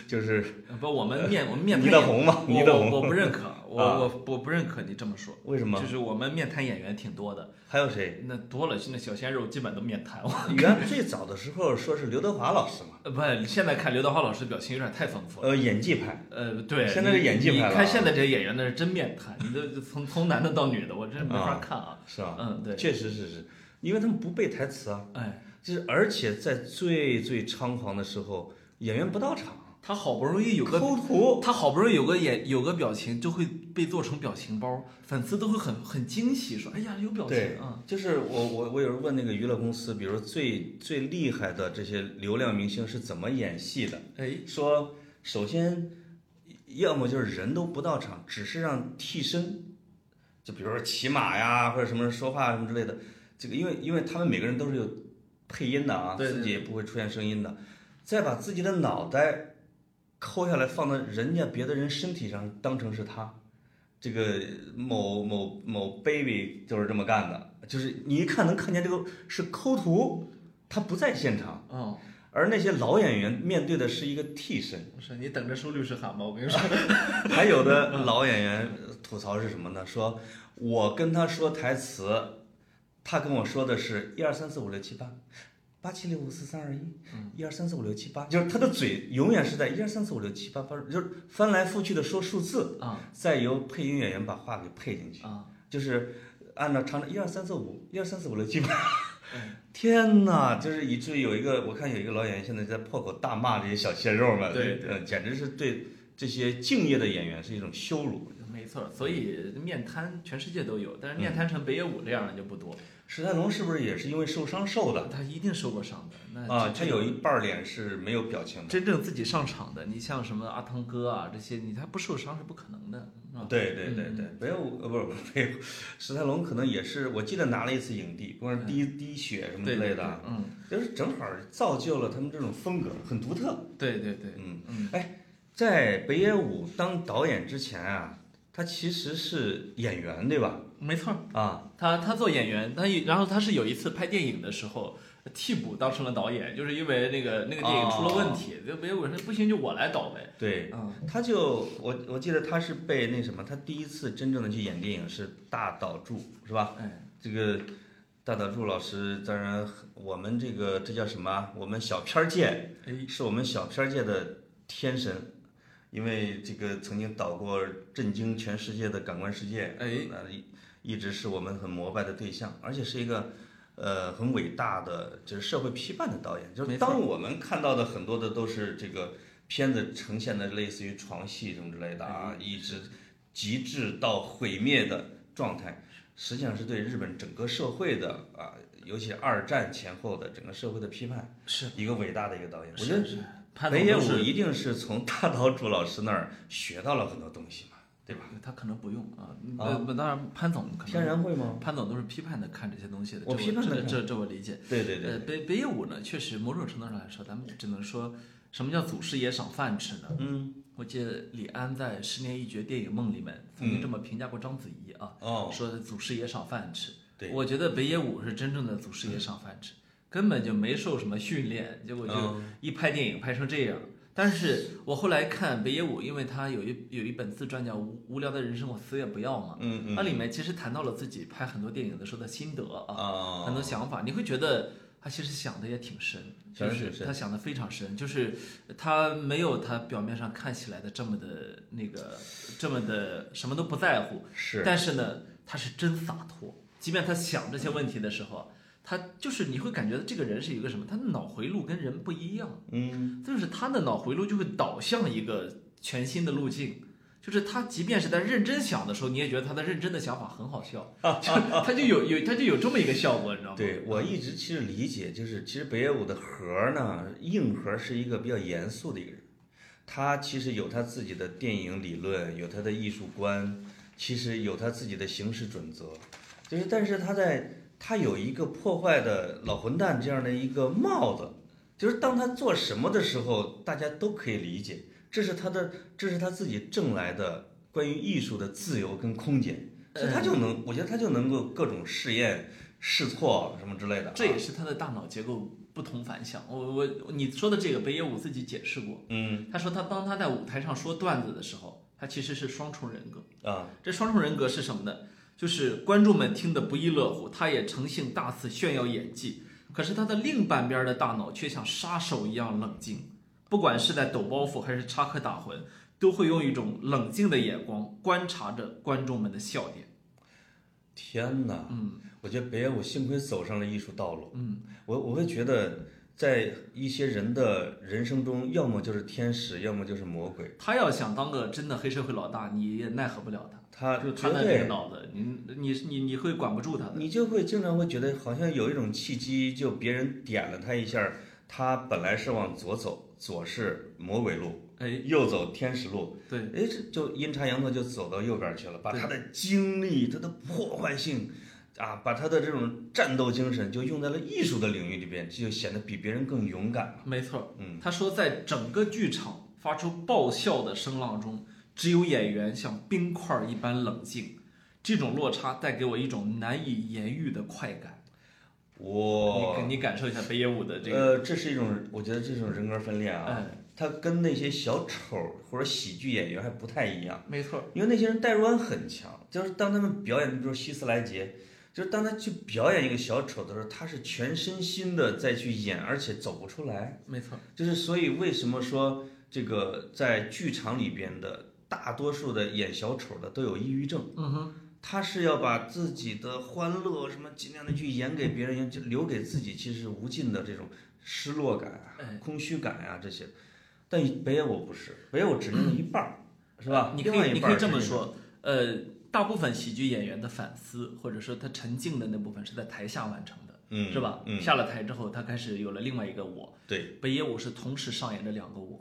Speaker 2: 就是
Speaker 1: 不，我们面我们面
Speaker 2: 倪
Speaker 1: 瘫
Speaker 2: 大
Speaker 1: 演
Speaker 2: 红嘛，倪
Speaker 1: 我
Speaker 2: 大
Speaker 1: 我我
Speaker 2: 红。
Speaker 1: 不认可，我
Speaker 2: 啊
Speaker 1: 我我不认可你这么说，
Speaker 2: 为什么
Speaker 1: 就？是我们面瘫演员挺多的，
Speaker 2: 还有谁？
Speaker 1: 那多了，那小鲜肉基本都面瘫。我
Speaker 2: 原来最早的时候说是刘德华老师嘛，
Speaker 1: 呃，不，现在看刘德华老师表情有点太丰富了。
Speaker 2: 呃，演技派。
Speaker 1: 呃，对，
Speaker 2: 现在是
Speaker 1: 你
Speaker 2: 演技
Speaker 1: 你
Speaker 2: 派了啊
Speaker 1: 看现在这些演员那是真面瘫，你这从从男的到女的，我真没法
Speaker 2: 啊
Speaker 1: 看啊。
Speaker 2: 是吧？
Speaker 1: 嗯，对，
Speaker 2: 确实是是，因为他们不背台词啊，
Speaker 1: 哎，
Speaker 2: 就是而且在最最猖狂的时候，演员不到场，
Speaker 1: 他好不容易有个，
Speaker 2: 抠图，
Speaker 1: 他好不容易有个演有个表情，就会被做成表情包，粉丝都会很很惊喜，说哎呀有表
Speaker 2: 对
Speaker 1: 情啊。
Speaker 2: 就是我我我有时候问那个娱乐公司，比如说最最厉害的这些流量明星是怎么演戏的，
Speaker 1: 哎，
Speaker 2: 说首先要么就是人都不到场，只是让替身，就比如说骑马呀或者什么说话什么之类的，这个因为因为他们每个人都是有配音的啊，
Speaker 1: 对对
Speaker 2: 自己也不会出现声音的，再把自己的脑袋抠下来放到人家别的人身体上，当成是他。这个某某某 baby 就是这么干的，就是你一看能看见这个是抠图，他不在现场。
Speaker 1: 哦，
Speaker 2: 而那些老演员面对的是一个替身，
Speaker 1: 不是你等着收律师函吧，我跟
Speaker 2: 啊
Speaker 1: 你说。
Speaker 2: 还有的老演员吐槽是什么呢？说我跟他说台词，他跟我说的是一二三四五六七八，八七六五四三二一，一二三四五六七八，就是他的嘴永远是在一二三四五六七八八，就是翻来覆去的说数字，
Speaker 1: 啊
Speaker 2: 再由配音演员把话给配进去，
Speaker 1: 啊，
Speaker 2: 就是按照常常一二三四五一二三四五六七八
Speaker 1: 嗯。
Speaker 2: 天哪！就是以至于有一个，我看有一个老演员现在在破口大骂这些小鲜肉们，
Speaker 1: 对
Speaker 2: 呃，简直是对这些敬业的演员是一种羞辱。
Speaker 1: 没错，所以面瘫全世界都有，但是面瘫成北野武这样的就不多，
Speaker 2: 史泰龙是不是也是因为受伤瘦的
Speaker 1: 他一定受过伤的。那
Speaker 2: 啊？
Speaker 1: 这
Speaker 2: 他有一半儿脸是没有表情的。
Speaker 1: 真正自己上场的，你像什么阿汤哥啊这些，你他不受伤是不可能的，是吧？
Speaker 2: 对对对
Speaker 1: 嗯
Speaker 2: 对，没有呃不是没有，史泰龙可能也是，我记得拿了一次影帝，光是滴滴血什么之类的啊，，
Speaker 1: 嗯，
Speaker 2: 就是正好造就了他们这种风格，很独特。
Speaker 1: 对对对，
Speaker 2: 嗯，
Speaker 1: 嗯，
Speaker 2: 在北野武当导演之前啊，他其实是演员，对吧？
Speaker 1: 没错，
Speaker 2: 啊，
Speaker 1: 他他做演员，他有然后他是有一次拍电影的时候。替补当成了导演，就是因为那个那个电影出了问
Speaker 2: 哦
Speaker 1: 题，就北野武说不行就我来导呗。
Speaker 2: 对，
Speaker 1: 嗯，
Speaker 2: 他就我我记得他是被那什么，他第一次真正的去演电影是大岛渚，是吧？
Speaker 1: 哎，
Speaker 2: 这个大岛渚老师，当然我们这个这叫什么啊？我们小片儿界
Speaker 1: 哎，
Speaker 2: 是我们小片儿界的天神，因为这个曾经导过震惊全世界的《感官世界》，
Speaker 1: 哎
Speaker 2: 那一一直是我们很膜拜的对象，而且是一个呃很伟大的，就是社会批判的导演。就是
Speaker 1: 没错
Speaker 2: 当我们看到的很多的都是这个片子呈现的类似于
Speaker 1: 哎
Speaker 2: 床戏什么之类的啊，一直极致到毁灭的状态。实际上是对日本整个社会的啊，尤其二战前后的整个社会的批判，
Speaker 1: 是
Speaker 2: 一个伟大的一个导演。我觉
Speaker 1: 是
Speaker 2: 得
Speaker 1: 是，潘
Speaker 2: 北
Speaker 1: 总
Speaker 2: 野
Speaker 1: 都
Speaker 2: 武
Speaker 1: 是
Speaker 2: 一定是从大岛渚老师那儿学到了很多东西嘛，对吧？
Speaker 1: 他可能不用啊，
Speaker 2: 啊
Speaker 1: 呃，不当然潘总可能
Speaker 2: 天然会吗？
Speaker 1: 潘总都是批判的看这些东西的，
Speaker 2: 我
Speaker 1: 这
Speaker 2: 批判地
Speaker 1: 这
Speaker 2: 看
Speaker 1: 这这我理解。
Speaker 2: 对对对，
Speaker 1: 呃，北北野武呢，确实某种程度上来说，咱们只能说什么叫祖师爷赏饭吃呢？
Speaker 2: 嗯，
Speaker 1: 我记得李安在《十年一觉电影梦》里面曾经这么评价过章子怡啊，
Speaker 2: 嗯哦，
Speaker 1: 说祖师爷赏饭吃。
Speaker 2: 对，嗯
Speaker 1: 我觉得北野武是真正的祖师爷赏饭吃，根本就没受什么训练，结果就
Speaker 2: 嗯
Speaker 1: 一拍电影拍成这样。但是我后来看北野武，因为他有一有一本自传叫《无无聊的人生我死也不要》嘛，
Speaker 2: 嗯嗯
Speaker 1: 那里面其实谈到了自己拍很多电影的时候的心得啊，
Speaker 2: 啊，
Speaker 1: 很多想法，你会觉得他其实想的也挺深，
Speaker 2: 想
Speaker 1: 就
Speaker 2: 得
Speaker 1: 是
Speaker 2: 挺深
Speaker 1: 他想的非常深，就是他没有他表面上看起来的这么的那个这么的什么都不在乎，
Speaker 2: 是
Speaker 1: 但是呢，他是真洒脱，即便他想这些问题的时候。他就是你会感觉到这个人是一个什么？他的脑回路跟人不一样，
Speaker 2: 嗯
Speaker 1: 就是他的脑回路就会导向一个全新的路径。就是他即便是在认真想的时候，你也觉得他的认真的想法很好 笑，就他就有有他就有这么一个效果，你知道吗？嗯
Speaker 2: 对我一直其实理解，就是其实北野武的核儿呢，硬核儿是一个比较严肃的一个人，他其实有他自己的电影理论，有他的艺术观，其实有他自己的行事准则，就是但是他在他有一个破坏的老混蛋这样的一个帽子，就是当他做什么的时候，大家都可以理解，这是他的，这是他自己挣来的关于艺术的自由跟空间。所以
Speaker 1: 嗯
Speaker 2: 他就能，我觉得他就能够各种试验、试错什么之类的啊。
Speaker 1: 这也是他的大脑结构不同凡响。我我你说的这个北野武自己解释过，
Speaker 2: 嗯
Speaker 1: 他说他当他在舞台上说段子的时候，他其实是双重人格。
Speaker 2: 啊，
Speaker 1: 这双重人格是什么呢？就是观众们听得不亦乐乎，他也诚信大肆炫耀演技，可是他的另半边的大脑却像杀手一样冷静，不管是在抖包袱还是插科打诨，都会用一种冷静的眼光观察着观众们的笑点。
Speaker 2: 天哪！
Speaker 1: 嗯，
Speaker 2: 我觉得北野武幸亏走上了艺术道路。
Speaker 1: 嗯，
Speaker 2: 我我会觉得，在一些人的人生中，要么就是天使，要么就是魔鬼。
Speaker 1: 他要想当个真的黑社会老大，你也奈何不了他。
Speaker 2: 他
Speaker 1: 就
Speaker 2: 绝
Speaker 1: 他的这个
Speaker 2: 对，
Speaker 1: 脑子，你你你你会管不住他的。
Speaker 2: 你就会经常会觉得，好像有一种契机，就别人点了他一下，他本来是往左走，左是魔鬼路，
Speaker 1: 哎，
Speaker 2: 右走天使路，
Speaker 1: 对，
Speaker 2: 哎，这就阴差阳错就走到右边去了，把他的精力、他的破坏性啊，把他的这种战斗精神就用在了艺术的领域里边，这就显得比别人更勇敢。
Speaker 1: 没错。
Speaker 2: 嗯，
Speaker 1: 他说，在整个剧场发出爆笑的声浪中，只有演员像冰块儿一般冷静。这种落差带给我一种难以言喻的快感。
Speaker 2: 我、
Speaker 1: 你你感受一下北野武的这个，
Speaker 2: 呃，这是一种，我觉得这种人格分裂啊，
Speaker 1: 哎，
Speaker 2: 他跟那些小丑或者喜剧演员还不太一样。
Speaker 1: 没错。
Speaker 2: 因为那些人代入感很强，就是当他们表演，比如说希斯莱杰，就是当他去表演一个小丑的时候，他是全身心的再去演，而且走不出来。
Speaker 1: 没错，
Speaker 2: 就是所以为什么说这个在剧场里边的大多数的演小丑的都有抑郁症？
Speaker 1: 嗯哼，
Speaker 2: 他是要把自己的欢乐什么尽量的去演给别人，就留给自己其实无尽的这种失落感
Speaker 1: 哎
Speaker 2: 啊、空虚感啊这些。但北野武不是，北野武只用一半儿，是吧？
Speaker 1: 哎你可
Speaker 2: 另外
Speaker 1: 以
Speaker 2: 一
Speaker 1: 你
Speaker 2: 半
Speaker 1: 可
Speaker 2: 儿
Speaker 1: 以这么
Speaker 2: 是
Speaker 1: 说，呃，大部分喜剧演员的反思，或者说他沉静的那部分，是在台下完成的，
Speaker 2: 那个，嗯，
Speaker 1: 是吧？
Speaker 2: 嗯，
Speaker 1: 下了台之后，他开始有了另外一个我。
Speaker 2: 对
Speaker 1: 北野武是同时上演着两个我，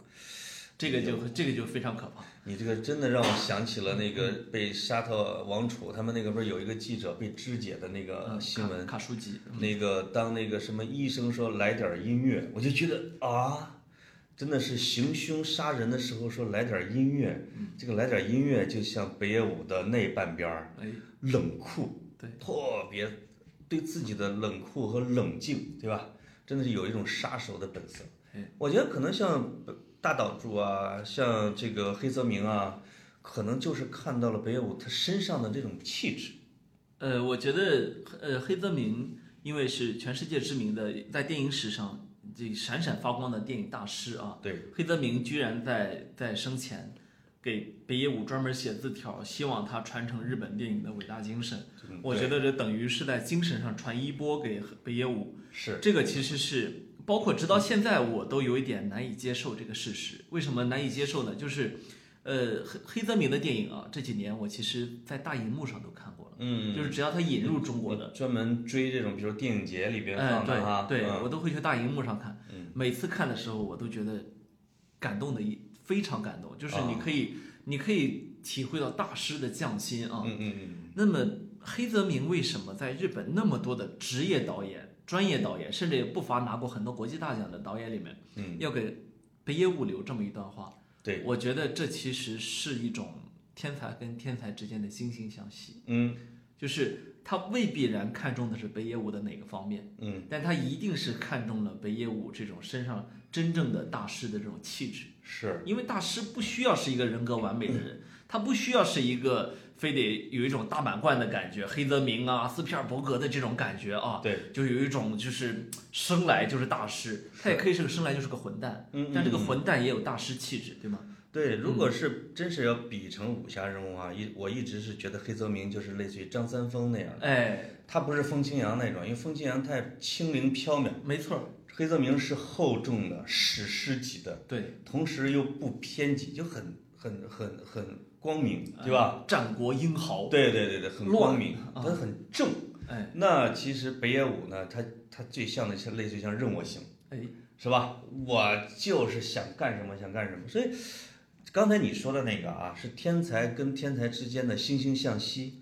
Speaker 1: 这个
Speaker 2: 哎
Speaker 1: 就这个就非常可怕。
Speaker 2: 你这个真的让我想起了那个被沙特王储他们那个不是有一个记者被肢解的那个
Speaker 1: 嗯
Speaker 2: 新闻，
Speaker 1: 卡卡书记，嗯
Speaker 2: 那个当那个什么医生说来点儿音乐，我就觉得啊，真的是行凶杀人的时候说来点儿音乐，
Speaker 1: 嗯
Speaker 2: 这个来点儿音乐就像北野武的那半边儿
Speaker 1: 哎，
Speaker 2: 冷酷，
Speaker 1: 对，
Speaker 2: 特别对自己的冷酷和冷静，对吧？真的是有一种杀手的本色
Speaker 1: 哎。
Speaker 2: 我觉得可能像大岛渚啊，像这个黑泽明啊，可能就是看到了北野武他身上的这种气质。
Speaker 1: 呃，我觉得呃黑泽明因为是全世界知名的，在电影史上这闪闪发光的电影大师啊，
Speaker 2: 对，
Speaker 1: 黑泽明居然在在生前给北野武专门写字条，希望他传承日本电影的伟大精神。
Speaker 2: 嗯
Speaker 1: 我觉得这等于是在精神上传一波给北野武。
Speaker 2: 对是
Speaker 1: 这个其实是包括直到现在我都有一点难以接受这个事实。为什么难以接受呢？就是，呃，黑黑泽明的电影啊，这几年我其实在大荧幕上都看过了，
Speaker 2: 嗯，
Speaker 1: 就是只要他引入中国的，
Speaker 2: 的专门追这种，比如说电影节里边
Speaker 1: 哎
Speaker 2: 放的哈，
Speaker 1: 对对、
Speaker 2: 嗯
Speaker 1: 我都会去大荧幕上看、
Speaker 2: 嗯
Speaker 1: 每次看的时候我都觉得感动的一非常感动，就是
Speaker 2: 啊
Speaker 1: 你可以、你可以体会到大师的匠心啊。
Speaker 2: 嗯嗯嗯，
Speaker 1: 那么黑泽明为什么在日本那么多的职业导演、专业导演，甚至也不乏拿过很多国际大奖的导演里面，
Speaker 2: 嗯，
Speaker 1: 要给北野武留这么一段话？
Speaker 2: 对，
Speaker 1: 我觉得这其实是一种天才跟天才之间的惺惺相惜，
Speaker 2: 嗯
Speaker 1: 就是他未必然看中的是北野武的哪个方面，
Speaker 2: 嗯，
Speaker 1: 但他一定是看中了北野武这种身上真正的大师的这种气质。
Speaker 2: 是，
Speaker 1: 因为大师不需要是一个人格完美的人，他不需要是一个非得有一种大满贯的感觉，黑泽明啊、斯皮尔伯格的这种感觉啊，
Speaker 2: 对，
Speaker 1: 就有一种就是生来就是大师，他也可以是个生来就是个混蛋，
Speaker 2: 嗯，
Speaker 1: 但这嗯个
Speaker 2: 嗯
Speaker 1: 混蛋也有大师气质，对吗？
Speaker 2: 对，如果是真是要比成武侠人物啊，一我一直是觉得黑泽明就是类似于张三丰那样，
Speaker 1: 哎，
Speaker 2: 他不是风清扬那种，因为风清扬太轻灵飘渺，
Speaker 1: 没错儿，
Speaker 2: 黑泽明是厚重的史诗级的，
Speaker 1: 对，
Speaker 2: 同时又不偏激，就很很很很光明，对吧？
Speaker 1: 哎？战国英豪，
Speaker 2: 对对对对，很光明，
Speaker 1: 乱啊
Speaker 2: 它很正。
Speaker 1: 哎
Speaker 2: 那其实北野武呢，他他最像的是类似于像任我行，
Speaker 1: 哎，
Speaker 2: 是吧？我就是想干什么想干什么。所以刚才你说的那个啊，是天才跟天才之间的惺惺相惜。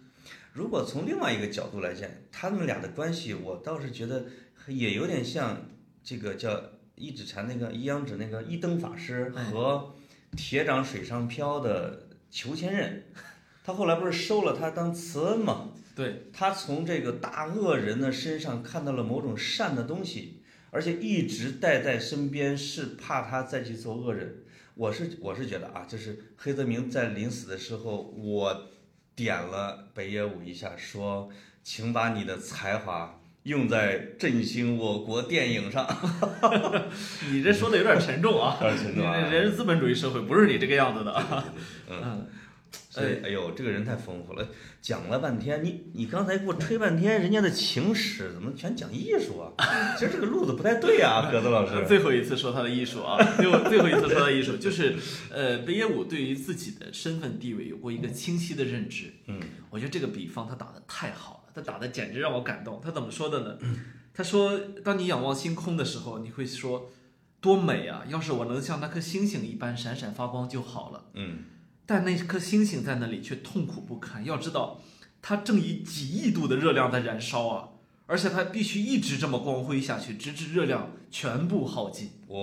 Speaker 2: 如果从另外一个角度来讲，他们俩的关系，我倒是觉得也有点像这个叫一指禅那个一阳指那个一灯法师
Speaker 1: 哎
Speaker 2: 和铁掌水上漂的裘千仞。他后来不是收了他当慈恩吗？
Speaker 1: 对，
Speaker 2: 他从这个大恶人的身上看到了某种善的东西，而且一直带在身边，是怕他再去做恶人。我是我是觉得啊，就是黑泽明在临死的时候，我点了北野武一下，说：“请把你的才华用在振兴我国电影上。，
Speaker 1: 你这说的有点沉重啊
Speaker 2: 有点 沉重啊
Speaker 1: 你这人是资本主义社会，不是你这个样子 的啊。嗯，”
Speaker 2: 所以，哎呦，这个人太丰富了，讲了半天，你你刚才给我吹半天人家的情史，怎么全讲艺术啊？ 其实这个路子不太对 啊，格子老师。
Speaker 1: 最后一次说他的艺术啊， 最后最后一次说他的艺术，就是呃，北野武对于自己的身份地位有过一个清晰的认知。
Speaker 2: 嗯，
Speaker 1: 我觉得这个比方他打的太好了，他打的简直让我感动。他怎么说的呢？他说：“当你仰望星空的时候，你会说多美啊！要是我能像那颗星星一般闪闪发光就好了。”
Speaker 2: 嗯。
Speaker 1: 但那颗星星在那里却痛苦不堪。要知道，它正以几亿度的热量在燃烧啊，而且它必须一直这么光辉下去，直至热量全部耗尽。
Speaker 2: 哇，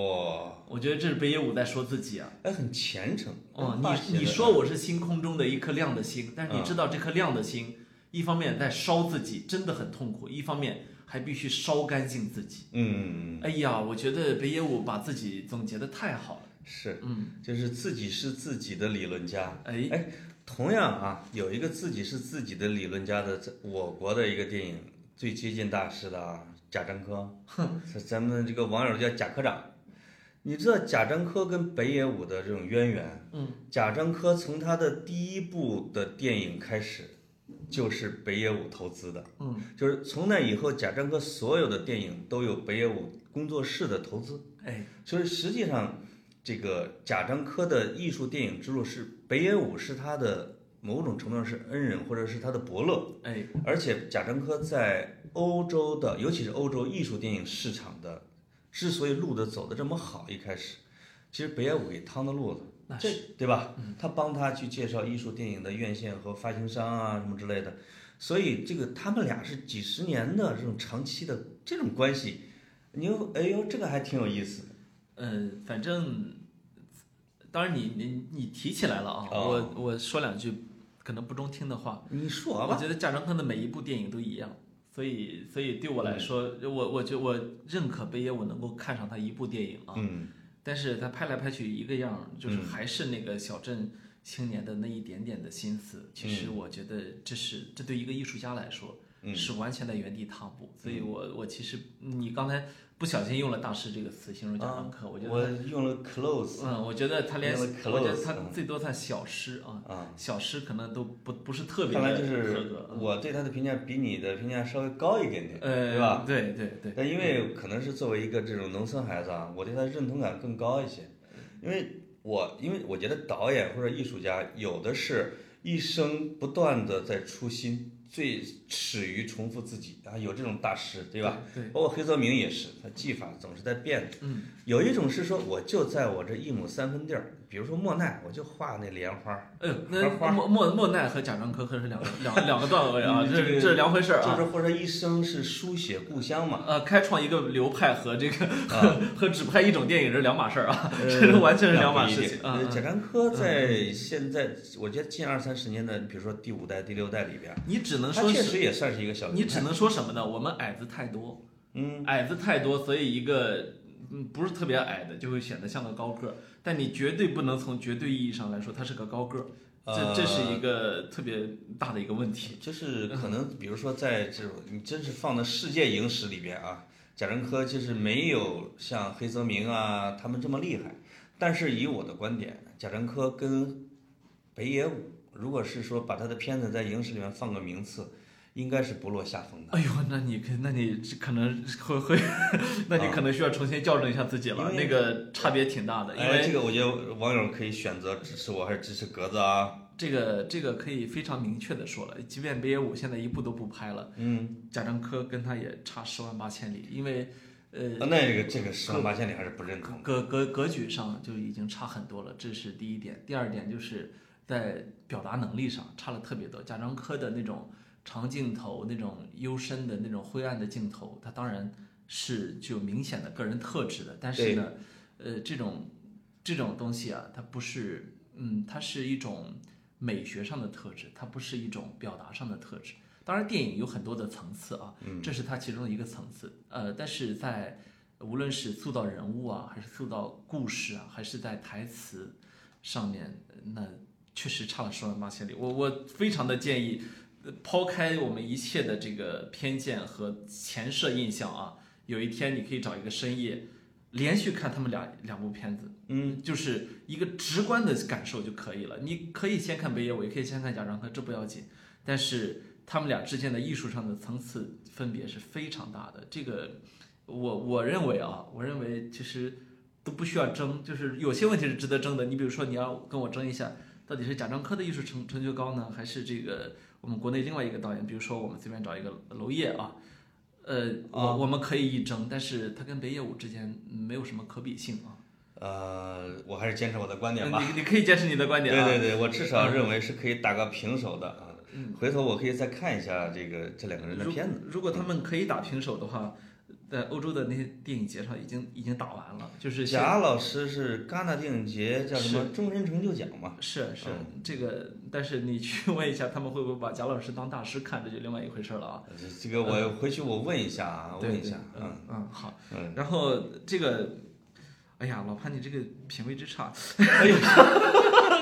Speaker 1: 我觉得这是北野武在说自己啊。
Speaker 2: 哎，很虔诚。
Speaker 1: 哦，
Speaker 2: 发
Speaker 1: 你
Speaker 2: 现
Speaker 1: 你
Speaker 2: 了
Speaker 1: 说我是星空中的一颗亮的星，但是你知道这颗亮的星，一方面在烧自己，真的很痛苦；一方面还必须烧干净自己。
Speaker 2: 嗯，
Speaker 1: 哎呀，我觉得北野武把自己总结的太好了。
Speaker 2: 是，
Speaker 1: 嗯，
Speaker 2: 就是自己是自己的理论家。
Speaker 1: 哎，
Speaker 2: 同样啊，有一个自己是自己的理论家的，在我国的一个电影最接近大师的啊，贾樟柯， 咱咱们这个网友叫贾科长。你知道贾樟柯跟北野武的这种渊源？
Speaker 1: 嗯，
Speaker 2: 贾樟柯从他的第一部的电影开始，就是北野武投资的。
Speaker 1: 嗯，
Speaker 2: 就是从那以后，贾樟柯所有的电影都有北野武工作室的投资。
Speaker 1: 哎，
Speaker 2: 所以实际上，这个贾樟柯的艺术电影之路是北野武是他的某种程度上是恩人，或者是他的伯乐。
Speaker 1: 哎，
Speaker 2: 而且贾樟柯在欧洲的，尤其是欧洲艺术电影市场的，之所以路的走的这么好，一开始其实北野武给趟的路子，
Speaker 1: 那
Speaker 2: 这对吧？他帮他去介绍艺术电影的院线和发行商啊什么之类的，所以这个他们俩是几十年的这种长期的这种关系，你又哎呦这个还挺有意思的，
Speaker 1: 呃，反正，当然你你你提起来了啊，
Speaker 2: 哦
Speaker 1: 我我说两句可能不中听的话。
Speaker 2: 你说
Speaker 1: 我
Speaker 2: 吧，
Speaker 1: 觉得贾樟柯的每一部电影都一样，所以所以对我来说，我我觉我认可北野武能够看上他一部电影啊，
Speaker 2: 嗯
Speaker 1: 但是他拍来拍去一个样儿，就是
Speaker 2: 嗯
Speaker 1: 还是那个小镇青年的那一点点的心思。其实我觉得这是这对一个艺术家来说
Speaker 2: 嗯
Speaker 1: 是完全在原地踏步，所以我我其实你刚才不小心用了“大师”这个词形容贾樟柯，我觉得
Speaker 2: 我用了啊 close
Speaker 1: 嗯，我觉得他连，
Speaker 2: 用了
Speaker 1: 我觉得
Speaker 2: close，
Speaker 1: 他
Speaker 2: 嗯
Speaker 1: 最多算小诗啊，
Speaker 2: 啊。
Speaker 1: 小诗可能都不不是特别
Speaker 2: 看来
Speaker 1: 的
Speaker 2: 就是
Speaker 1: 合格。嗯
Speaker 2: 我对他的评价比你的评价稍微高一点点，
Speaker 1: 呃，
Speaker 2: 对吧？？
Speaker 1: 对对对，嗯
Speaker 2: 但因为可能是作为一个这种农村孩子啊，我对他认同感更高一些，因为我因为我觉得导演或者艺术家有的是一生不断的在出新，最耻于重复自己啊，有这种大师对吧？？
Speaker 1: 对，
Speaker 2: 包括黑泽明也是，他技法总是在变。
Speaker 1: 嗯，
Speaker 2: 有一种是说，我就在我这一亩三分地儿，比如说莫奈，我就画那莲花，
Speaker 1: 哎呦，
Speaker 2: 花花
Speaker 1: 那莫莫莫奈和贾樟柯可是两个两两个段位 啊，
Speaker 2: 嗯
Speaker 1: 这
Speaker 2: 这个
Speaker 1: 这是两回事儿
Speaker 2: 就
Speaker 1: 啊。
Speaker 2: 是或者一生是书写故乡嘛。
Speaker 1: 呃，开创一个流派和这个
Speaker 2: 啊，
Speaker 1: 和只拍一种电影是两码事儿啊，
Speaker 2: 呃
Speaker 1: 这是完全是两码事情啊
Speaker 2: 呃。贾樟柯在现在，我觉得近二三十年的，比如说第五代、第六代里边，
Speaker 1: 你只能
Speaker 2: 他
Speaker 1: 说
Speaker 2: 确
Speaker 1: 是，
Speaker 2: 实也算是一个小
Speaker 1: 你
Speaker 2: 流
Speaker 1: 只
Speaker 2: 派。
Speaker 1: 能说什么呢？我们矮子太多，
Speaker 2: 嗯，
Speaker 1: 矮子太多，所以一个嗯不是特别矮的就会显得像个高个儿，但你绝对不能从绝对意义上来说他是个高个儿，这这
Speaker 2: 呃
Speaker 1: 是一个特别大的一个问题。
Speaker 2: 就是
Speaker 1: 嗯
Speaker 2: 可能，比如说在这种你真是放到世界影史里边啊，贾樟柯就是没有像黑泽明啊他们这么厉害。但是以我的观点，贾樟柯跟北野武，如果是说把他的片子在影史里面放个名次，应该是不落下风的。
Speaker 1: 哎呦，那你可那你这可能会 会，那你可能需要重新校正一下自己了，
Speaker 2: 因为
Speaker 1: 那个差别挺大的，因
Speaker 2: 哎，
Speaker 1: 为
Speaker 2: 这个我觉得网友可以选择支持我还是支持格子啊？
Speaker 1: 这个这个可以非常明确的说了，即便北野武现在一部都不拍了，
Speaker 2: 嗯，
Speaker 1: 贾樟柯跟他也差十万八千里，因为呃
Speaker 2: 啊那这个这个十万八千里还是不认同的。
Speaker 1: 格格格局上就已经差很多了，这是第一点。第二点就是在表达能力上差了特别多。贾樟柯的那种长镜头、那种幽深的那种灰暗的镜头，他当然是具有明显的个人特质的，但是呢，呃，这种这种东西啊，它不是，嗯，它是一种美学上的特质，它不是一种表达上的特质。当然，电影有很多的层次啊，这是它其中的一个层次。呃，但是在无论是塑造人物啊，还是塑造故事啊，还是在台词上面，呃那确实差了十万八千里。我我非常的建议，呃抛开我们一切的这个偏见和前设印象啊，有一天你可以找一个深夜，连续看他们俩两部片子，
Speaker 2: 嗯，
Speaker 1: 就是一个直观的感受就可以了。你可以先看北野武，也可以先看贾樟柯，这不要紧。但是他们俩之间的艺术上的层次分别是非常大的。这个我我认为啊，我认为其实都不需要争，就是有些问题是值得争的。你比如说，你要跟我争一下，到底是贾樟柯的艺术成成就高呢，还是这个我们国内另外一个导演，比如说我们随便找一个娄烨啊。呃，
Speaker 2: 啊
Speaker 1: 我我们可以一争，但是他跟北野武之间没有什么可比性啊。呃
Speaker 2: 呃，我还是坚持我的观点吧。
Speaker 1: 你你可以坚持你的观点啊。
Speaker 2: 对对对，我至少认为是可以打个平手的啊。
Speaker 1: 嗯
Speaker 2: 回头我可以再看一下这个这两个人的片子。
Speaker 1: 如如果他们可以打平手的话，在欧洲的那些电影节上已经已经打完了，就是现
Speaker 2: 贾老师是戛纳电影节叫什么终身成就奖嘛？嗯
Speaker 1: 是是、这个，但是你去问一下他们会不会把贾老师当大师看，这就另外一回事儿了啊。
Speaker 2: 这这个我回去我问一下啊，
Speaker 1: 对
Speaker 2: 问一下
Speaker 1: 对
Speaker 2: 啊。
Speaker 1: 嗯嗯好，
Speaker 2: 嗯，
Speaker 1: 然后这个，哎呀，老潘你这个品味之差，
Speaker 2: 哎呦，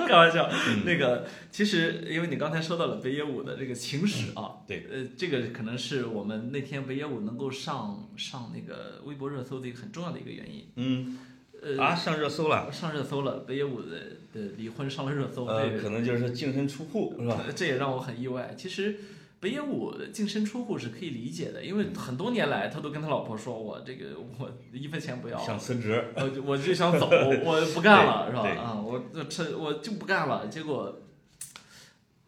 Speaker 1: 开玩笑，
Speaker 2: 嗯
Speaker 1: 那个其实因为你刚才说到了北野武的这个情史啊，
Speaker 2: 嗯对，
Speaker 1: 呃，这个可能是我们那天北野武能够上上那个微博热搜的一个很重要的一个原因。
Speaker 2: 嗯，
Speaker 1: 呃，
Speaker 2: 啊，上热搜了，
Speaker 1: 上热搜了，北野武的的离婚上了热搜，
Speaker 2: 呃，可能就是净身出户
Speaker 1: 这
Speaker 2: 是吧？
Speaker 1: 个这也让我很意外。其实北野武的净身出户是可以理解的，因
Speaker 2: 嗯
Speaker 1: 为很多年来他都跟他老婆说：“我这个我一分钱不要，
Speaker 2: 想辞职，
Speaker 1: 我就我就想走，我不干了，是吧？
Speaker 2: 对
Speaker 1: 啊，我我这我就不干了。”结果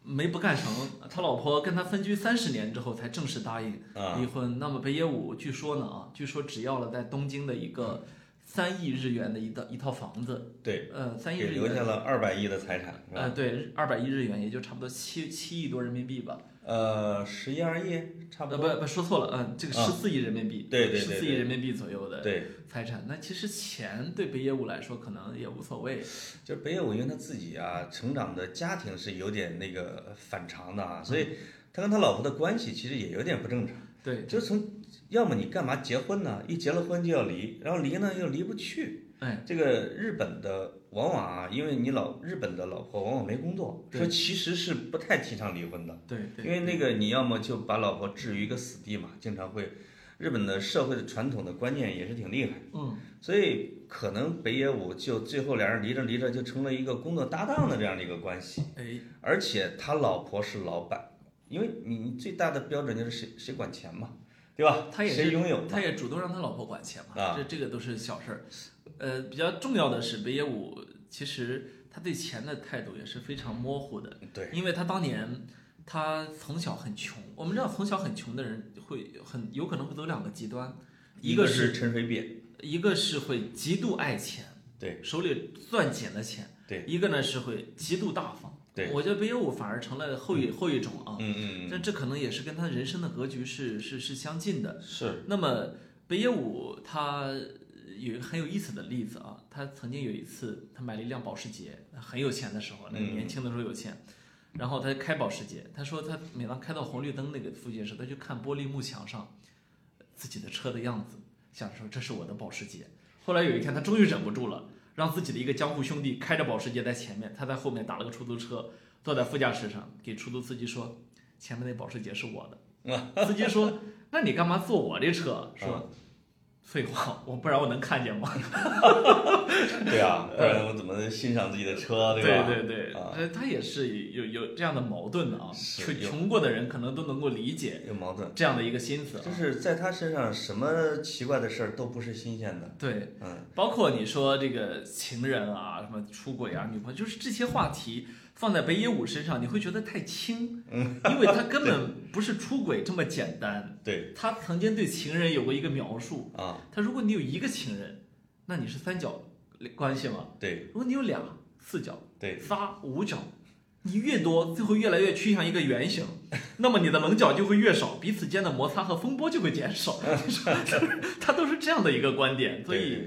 Speaker 1: 没不干成，他老婆跟他分居三十年之后才正式答应
Speaker 2: 啊
Speaker 1: 离婚。那么北野武据说呢啊，据说只要了在东京的一个三亿日元的一套一套房子。
Speaker 2: 对，
Speaker 1: 呃，三亿
Speaker 2: 给
Speaker 1: 日
Speaker 2: 留
Speaker 1: 元，
Speaker 2: 下了二百亿的财产是吧？
Speaker 1: 呃，对，二百亿日元，也就差不多七七亿多人民币吧。
Speaker 2: 呃，十一二亿差不多。
Speaker 1: 呃，不不说错了，嗯、这个
Speaker 2: 啊
Speaker 1: 十四亿人民币，
Speaker 2: 对对对
Speaker 1: 十四亿人民币左右的
Speaker 2: 对，
Speaker 1: 财产。那其实钱对北野武来说可能也无所谓，
Speaker 2: 就是北野武，因为他自己啊，成长的家庭是有点那个反常的啊，所以他跟他老婆的关系其实也有点不正常。
Speaker 1: 嗯对，
Speaker 2: 就是从，要么你干嘛结婚呢？一结了婚就要离，然后离呢又离不去。
Speaker 1: 哎，
Speaker 2: 这个日本的往往啊，因为你老日本的老婆往往没工作，
Speaker 1: 对
Speaker 2: 说其实是不太提倡离婚的，
Speaker 1: 对
Speaker 2: 因
Speaker 1: 对，
Speaker 2: 为那个你要么就把老婆置于一个死地嘛，经常会。日本的社会的传统的观念也是挺厉害的。
Speaker 1: 嗯，
Speaker 2: 所以可能北野武就最后俩人离着离着就成了一个工作搭档的这样的一个关系，
Speaker 1: 哎，
Speaker 2: 而且他老婆是老板，因为你你最大的标准就是谁谁管钱嘛，对吧？
Speaker 1: 他也是
Speaker 2: 谁拥有嘛
Speaker 1: 哎他也主动让他老婆管钱嘛，
Speaker 2: 啊
Speaker 1: 这这个都是小事儿。呃，比较重要的是北野武其实他对钱的态度也是非常模糊的，
Speaker 2: 对，
Speaker 1: 因为他当年他从小很穷，我们知道从小很穷的人会很有可能会走两个极端，一个是
Speaker 2: 是陈水扁，
Speaker 1: 一个是会极度爱钱，
Speaker 2: 对，
Speaker 1: 手里攥紧了钱，
Speaker 2: 对，
Speaker 1: 一个呢是会极度大方，
Speaker 2: 对，
Speaker 1: 我觉得北野武反而成了后一后一种啊，
Speaker 2: 嗯嗯
Speaker 1: 但这可能也是跟他人生的格局是是是相近的。
Speaker 2: 嗯，是，
Speaker 1: 那么北野武他有一个很有意思的例子啊，他曾经有一次他买了一辆保时捷，很有钱的时候，那个
Speaker 2: 嗯
Speaker 1: 年轻的时候有钱，然后他开保时捷，他说他每当开到红绿灯那个附近时，他就看玻璃幕墙上呃自己的车的样子，想着说这是我的保时捷。后来有一天他终于忍不住了，让自己的一个江湖兄弟开着保时捷在前面，他在后面打了个出租车，坐在副驾驶上，给出租司机说前面那保时捷是我的。司机说那你干嘛坐我这车？说，废话， 我不然我能看见吗？
Speaker 2: 对啊，不然我怎么欣赏自己的车，吧？
Speaker 1: 对对，
Speaker 2: 啊
Speaker 1: 呃他也是有有这样的矛盾的啊。
Speaker 2: 是
Speaker 1: 穷
Speaker 2: 有
Speaker 1: 穷过的人可能都能够理解
Speaker 2: 有矛盾，
Speaker 1: 这样的一个心思啊。
Speaker 2: 就是在他身上什么奇怪的事儿都不是新鲜的，
Speaker 1: 对，
Speaker 2: 嗯，
Speaker 1: 包括你说这个情人啊，什么出轨
Speaker 2: 嗯
Speaker 1: 啊，女朋友，就是这些话题放在北野武身上，你会觉得太轻，
Speaker 2: 嗯
Speaker 1: 因为他根 本不是出轨这么简单。
Speaker 2: 对，
Speaker 1: 他曾经对情人有过一个描述，
Speaker 2: 啊，
Speaker 1: 他如果你有一个情人，那你是三角关系吗？
Speaker 2: 对
Speaker 1: 如果你有俩，四角。
Speaker 2: 对，
Speaker 1: 仨五角，你越多，最后越来越趋向一个圆 形，那么你的棱角就会越少，彼此间的摩擦和风波就会减 少。他都是这样的一个观点，所以
Speaker 2: 对。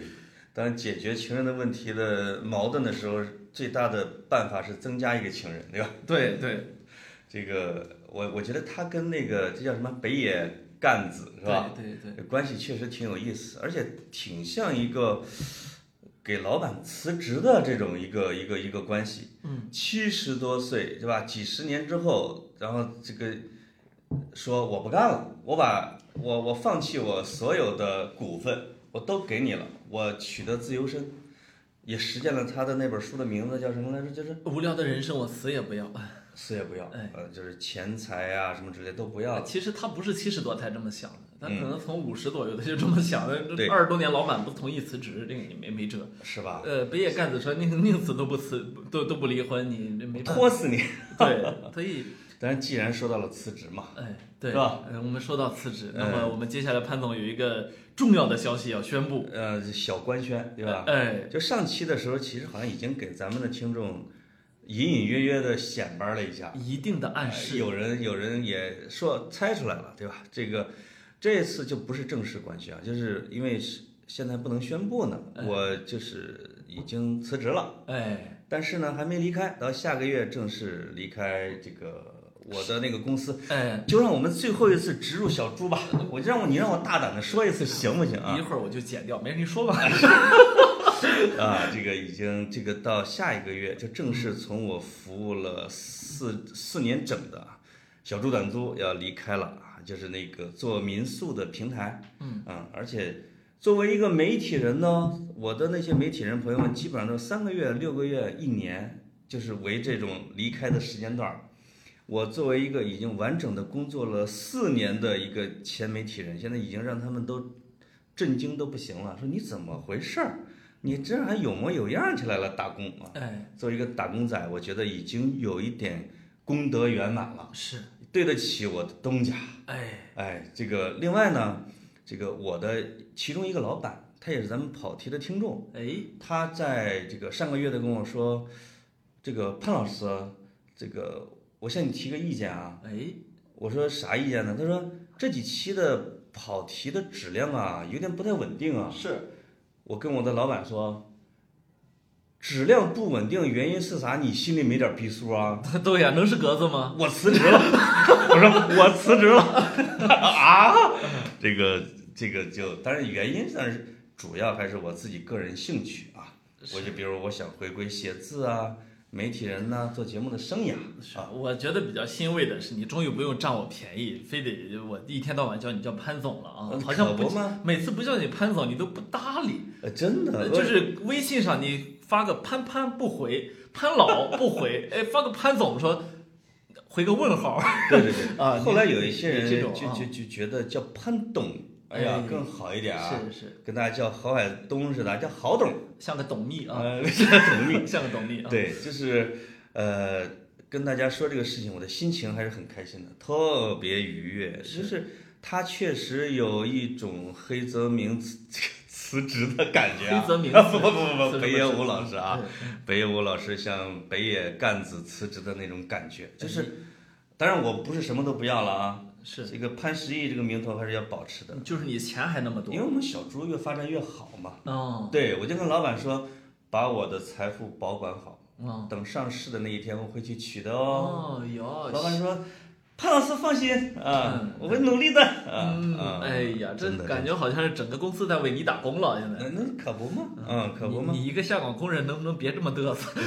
Speaker 2: 当解决情人的问题的矛盾的时候，最大的办法是增加一个情人，对吧？
Speaker 1: 对对
Speaker 2: 这个我我觉得他跟那个这叫什么北野干子是吧？？
Speaker 1: 对对对，
Speaker 2: 关系确实挺有意思，而且挺像一个给老板辞职的这种一个一个一个关系。嗯，七十多岁对吧？几十年之后，然后这个说我不干了，我把我我放弃我所有的股份，我都给你了，我取得自由身，也实践了他的那本书的名字叫什么来着？就是。
Speaker 1: 无聊的人生我死也不要。
Speaker 2: 死也不要，
Speaker 1: 哎
Speaker 2: 呃，就是钱财啊什么之类都不要。
Speaker 1: 其实他不是七十多才这么想的，他可能从五十左右他就这么想的。
Speaker 2: 对
Speaker 1: 二十多年老板不同意辞职，这个你没没辙。
Speaker 2: 是吧？
Speaker 1: 呃，北野干子说宁宁死都不辞，都都不离婚，你 这没办法。
Speaker 2: 拖死你！
Speaker 1: 对，所以
Speaker 2: 但是既然说到了辞职嘛，
Speaker 1: 哎，对，
Speaker 2: 是吧
Speaker 1: 呃我们说到辞职，那
Speaker 2: 哎
Speaker 1: 么我们接下来潘总有一个重要的消息要宣布，
Speaker 2: 呃，小官宣对吧？
Speaker 1: 哎，
Speaker 2: 就上期的时候，其实好像已经给咱们的听众隐隐约约的显摆了一下，
Speaker 1: 一定的暗示，
Speaker 2: 呃有人有人也说猜出来了，对吧？这个这次就不是正式官宣啊，就是因为是现在不能宣布呢，
Speaker 1: 哎
Speaker 2: 我就是已经辞职了，
Speaker 1: 哎，
Speaker 2: 但是呢还没离开，到下个月正式离开这个我的那个公司。
Speaker 1: 哎，
Speaker 2: 就让我们最后一次植入小猪吧，我就让我你让我大胆的说一次行不行啊
Speaker 1: 一？会儿我就剪掉，没事，你说吧。
Speaker 2: 啊，这个已经这个到下一个月就正式从我服务了四四年整的啊小猪短租要离开了啊，就是那个做民宿的平台，嗯而且作为一个媒体人呢，我的那些媒体人朋友们基本上都是三个月、六个月、一年，就是为这种离开的时间段儿。我作为一个已经完整的工作了四年的一个前媒体人，现在已经让他们都震惊都不行了，说你怎么回事儿？你这还有模有样起来了，打工啊！
Speaker 1: 哎，
Speaker 2: 作为一个打工仔，我觉得已经有一点功德圆满了，
Speaker 1: 是，
Speaker 2: 对得起我的东家。
Speaker 1: 哎，
Speaker 2: 哎，这个另外呢，这个我的其中一个老板，他也是咱们跑题的听众，
Speaker 1: 哎，
Speaker 2: 他在这个上个月的跟我说，这个潘老师，这个我向你提个意见啊。
Speaker 1: 哎，
Speaker 2: 我说啥意见呢？他说这几期的跑题的质量啊，有点不太稳定啊。是，我跟我的老板说，质量不稳定原因是啥？你心里没点逼数啊？
Speaker 1: 对呀，能是格子吗？
Speaker 2: 我辞职了，我说我辞职了啊！这个这个就，但是原因但是主要还是我自己个人兴趣啊。我就比如我想回归写字啊、媒体人呐、做节目的生涯
Speaker 1: 是
Speaker 2: 啊。
Speaker 1: 我觉得比较欣慰的是，你终于不用占我便宜，非得我一天到晚叫你叫潘总了啊，好像
Speaker 2: 呃可不
Speaker 1: 不
Speaker 2: 吗？
Speaker 1: 每次不叫你潘总，你都不搭理。
Speaker 2: 呃，真的，
Speaker 1: 就是微信上你发个潘潘不回，潘老不回， 哎，发个潘总说回个问号
Speaker 2: 对对对
Speaker 1: 啊
Speaker 2: 后来有一些
Speaker 1: 你这
Speaker 2: 人
Speaker 1: 种
Speaker 2: 就
Speaker 1: 啊
Speaker 2: 就就觉得叫潘董哎呀
Speaker 1: 哎，
Speaker 2: 更好一点啊！
Speaker 1: 是是，
Speaker 2: 跟大家叫郝海东似的，叫郝董，
Speaker 1: 像个董秘啊，
Speaker 2: 呃，董 秘。
Speaker 1: 像个董秘啊，
Speaker 2: 对，就是呃，跟大家说这个事情，我的心情还是很开心的，特别愉悦。就是他确实有一种黑泽明辞 辞职的感觉、啊。
Speaker 1: 黑泽明
Speaker 2: 不不
Speaker 1: 辞
Speaker 2: 不
Speaker 1: 辞
Speaker 2: 不，
Speaker 1: 职
Speaker 2: 北野
Speaker 1: 辞职
Speaker 2: 武老师啊，
Speaker 1: 嗯
Speaker 2: 北野武老师像北野干子辞职的那种感觉，就是，当然我不是什么都不要了啊，
Speaker 1: 哎是
Speaker 2: 这个潘石屹这个名头还是要保持的，
Speaker 1: 就是你钱还那么多
Speaker 2: 因为我们小猪越发展越好嘛。
Speaker 1: 哦，
Speaker 2: 对，我就跟老板说，把我的财富保管好，
Speaker 1: 哦
Speaker 2: 等上市的那一天我会去取的哦。
Speaker 1: 哦哟，
Speaker 2: 老板说，潘老师放心啊，
Speaker 1: 嗯
Speaker 2: 我会努力的啊、
Speaker 1: 嗯，
Speaker 2: 啊。
Speaker 1: 哎呀，这
Speaker 2: 真的
Speaker 1: 感觉好像是整个公司在为你打工了，现在。
Speaker 2: 那那可不嘛，嗯，可不嘛。
Speaker 1: 你你一个下岗工人能不能别这么嘚瑟？
Speaker 2: 对，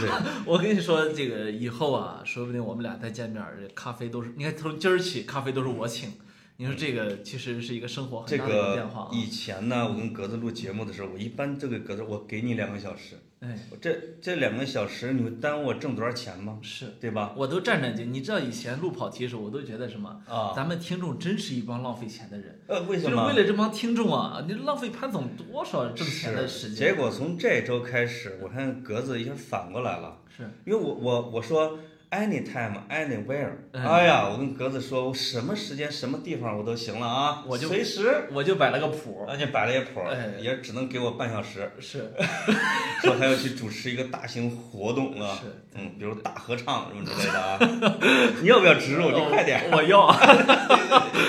Speaker 1: 我跟你说，这个以后啊，说不定我们俩再见面儿，这咖啡都是，你看从今儿起咖啡都是我请。你说这个其实是一个生活
Speaker 2: 这
Speaker 1: 很大的一个变化
Speaker 2: 个
Speaker 1: 啊。
Speaker 2: 以前呢，我跟格子录节目的时候，我一般这个格子，我给你两个小时，
Speaker 1: 哎，
Speaker 2: 我这这两个小时，你会耽误我挣多少钱吗？
Speaker 1: 是，
Speaker 2: 对吧？
Speaker 1: 我都战战兢。你知道以前录跑题的时候，我都觉得什么？
Speaker 2: 啊，
Speaker 1: 咱们听众真是一帮浪费钱的人。
Speaker 2: 呃，为什
Speaker 1: 就是
Speaker 2: 么？
Speaker 1: 为了这帮听众啊，你浪费潘总多少挣钱的
Speaker 2: 是
Speaker 1: 时间？
Speaker 2: 结果从这周开始，我看格子一下反过来了。
Speaker 1: 是
Speaker 2: 因为我我我说 anytime anywhere，、
Speaker 1: 嗯
Speaker 2: 哎呀，我跟格子说，我什么时间什么地方我都行了啊，
Speaker 1: 我就
Speaker 2: 随时，
Speaker 1: 我就摆了个谱儿，
Speaker 2: 而且摆了一谱，
Speaker 1: 哎
Speaker 2: 也只能给我半小时，
Speaker 1: 是
Speaker 2: 说还要去主持一个大型活动了，
Speaker 1: 是
Speaker 2: 嗯，比如大合唱什么之类的啊， 你要不要植入？你快 点，
Speaker 1: 哦我要，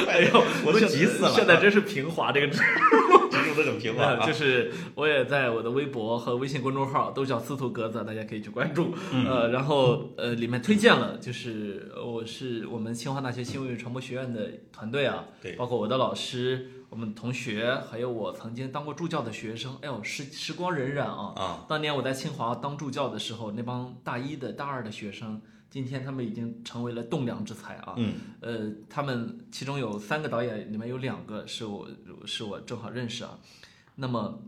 Speaker 2: 哎呦， 我都急死了，
Speaker 1: 现在真是平滑这个
Speaker 2: 植入这种平话 啊
Speaker 1: 就，是我也在我的微博和微信公众号都叫司徒格子，大家可以去关注。
Speaker 2: 嗯
Speaker 1: 呃，然后呃，里面推荐了，就是呃我是我们清华大学新闻与传播学院的团队啊，
Speaker 2: 对
Speaker 1: 包括我的老师、我们同学，还有我曾经当过助教的学生。哎呦，时时光荏苒啊！
Speaker 2: 啊，
Speaker 1: 当年我在清华当助教的时候，那帮大一的、大二的学生，今天他们已经成为了栋梁之才啊。
Speaker 2: 嗯，
Speaker 1: 呃，他们其中有三个导演，里面有两个是我是我正好认识啊。那么，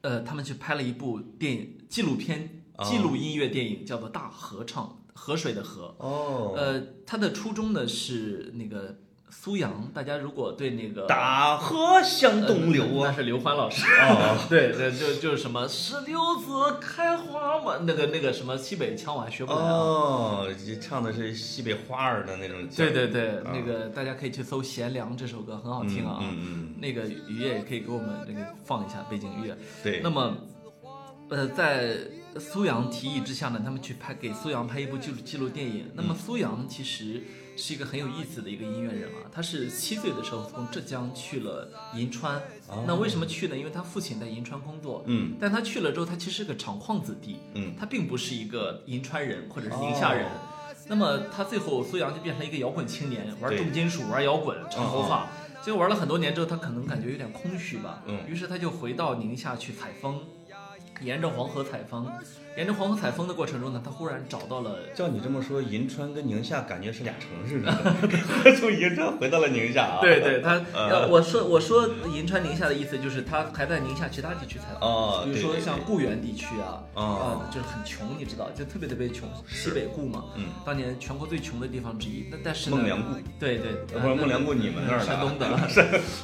Speaker 1: 呃，他们去拍了一部电影纪录片，
Speaker 2: 哦
Speaker 1: 记录音乐电影，叫做《大合唱》，河水的河。
Speaker 2: 哦，
Speaker 1: 呃，它的初衷呢是那个苏阳，大家如果对那个
Speaker 2: 大河向东流
Speaker 1: 呃
Speaker 2: 啊，
Speaker 1: 那是刘欢老师。
Speaker 2: 哦，
Speaker 1: 对对，就就是什么石榴子开花嘛，那个那个什么西北腔我还学不来啊。
Speaker 2: 哦，这唱的是西北花儿的那种
Speaker 1: 对
Speaker 2: 劲儿，
Speaker 1: 对对，
Speaker 2: 啊
Speaker 1: 那个大家可以去搜《贤良》这首歌，很好听啊。
Speaker 2: 嗯嗯
Speaker 1: 那个雨夜也可以给我们那个放一下背景乐。
Speaker 2: 嗯，对
Speaker 1: 那，么，呃，在苏阳提议之下呢，他们去拍给苏阳拍一部纪录纪录电影。那么
Speaker 2: 嗯
Speaker 1: 苏阳其实是一个很有意思的一个音乐人啊，他是七岁的时候从浙江去了银川。
Speaker 2: 哦
Speaker 1: 那为什么去呢？因为他父亲在银川工作。
Speaker 2: 嗯
Speaker 1: 但他去了之后，他其实是个厂矿子弟，
Speaker 2: 嗯，
Speaker 1: 他并不是一个银川人或者是宁夏人。
Speaker 2: 哦
Speaker 1: 那么他最后苏阳就变成一个摇滚青年，玩
Speaker 2: 对嗯
Speaker 1: 重金属，玩摇滚，长头发。结果玩了很多年之后，他可能感觉有点空虚吧，
Speaker 2: 嗯
Speaker 1: 于是他就回到宁夏去采风，沿着黄河采风。沿着黄河采风的过程中呢，他忽然找到了
Speaker 2: 照你这么说，银川跟宁夏感觉是俩城市似的， 从银川回到了宁夏啊。
Speaker 1: 对，对，他
Speaker 2: 呃
Speaker 1: 呃，我说我说银川宁夏的意思就是他还在宁夏其他地区采访，
Speaker 2: 哦
Speaker 1: 比如说
Speaker 2: 对对
Speaker 1: 像固原地区啊，
Speaker 2: 哦
Speaker 1: 啊，就是很穷，你知道，就特别特别穷，西北固嘛，
Speaker 2: 嗯，
Speaker 1: 当年全国最穷的地方之一。那但啊是呢，
Speaker 2: 孟良崮，
Speaker 1: 对对，
Speaker 2: 呃不是孟良崮，你们那儿的啊
Speaker 1: 山东的啊。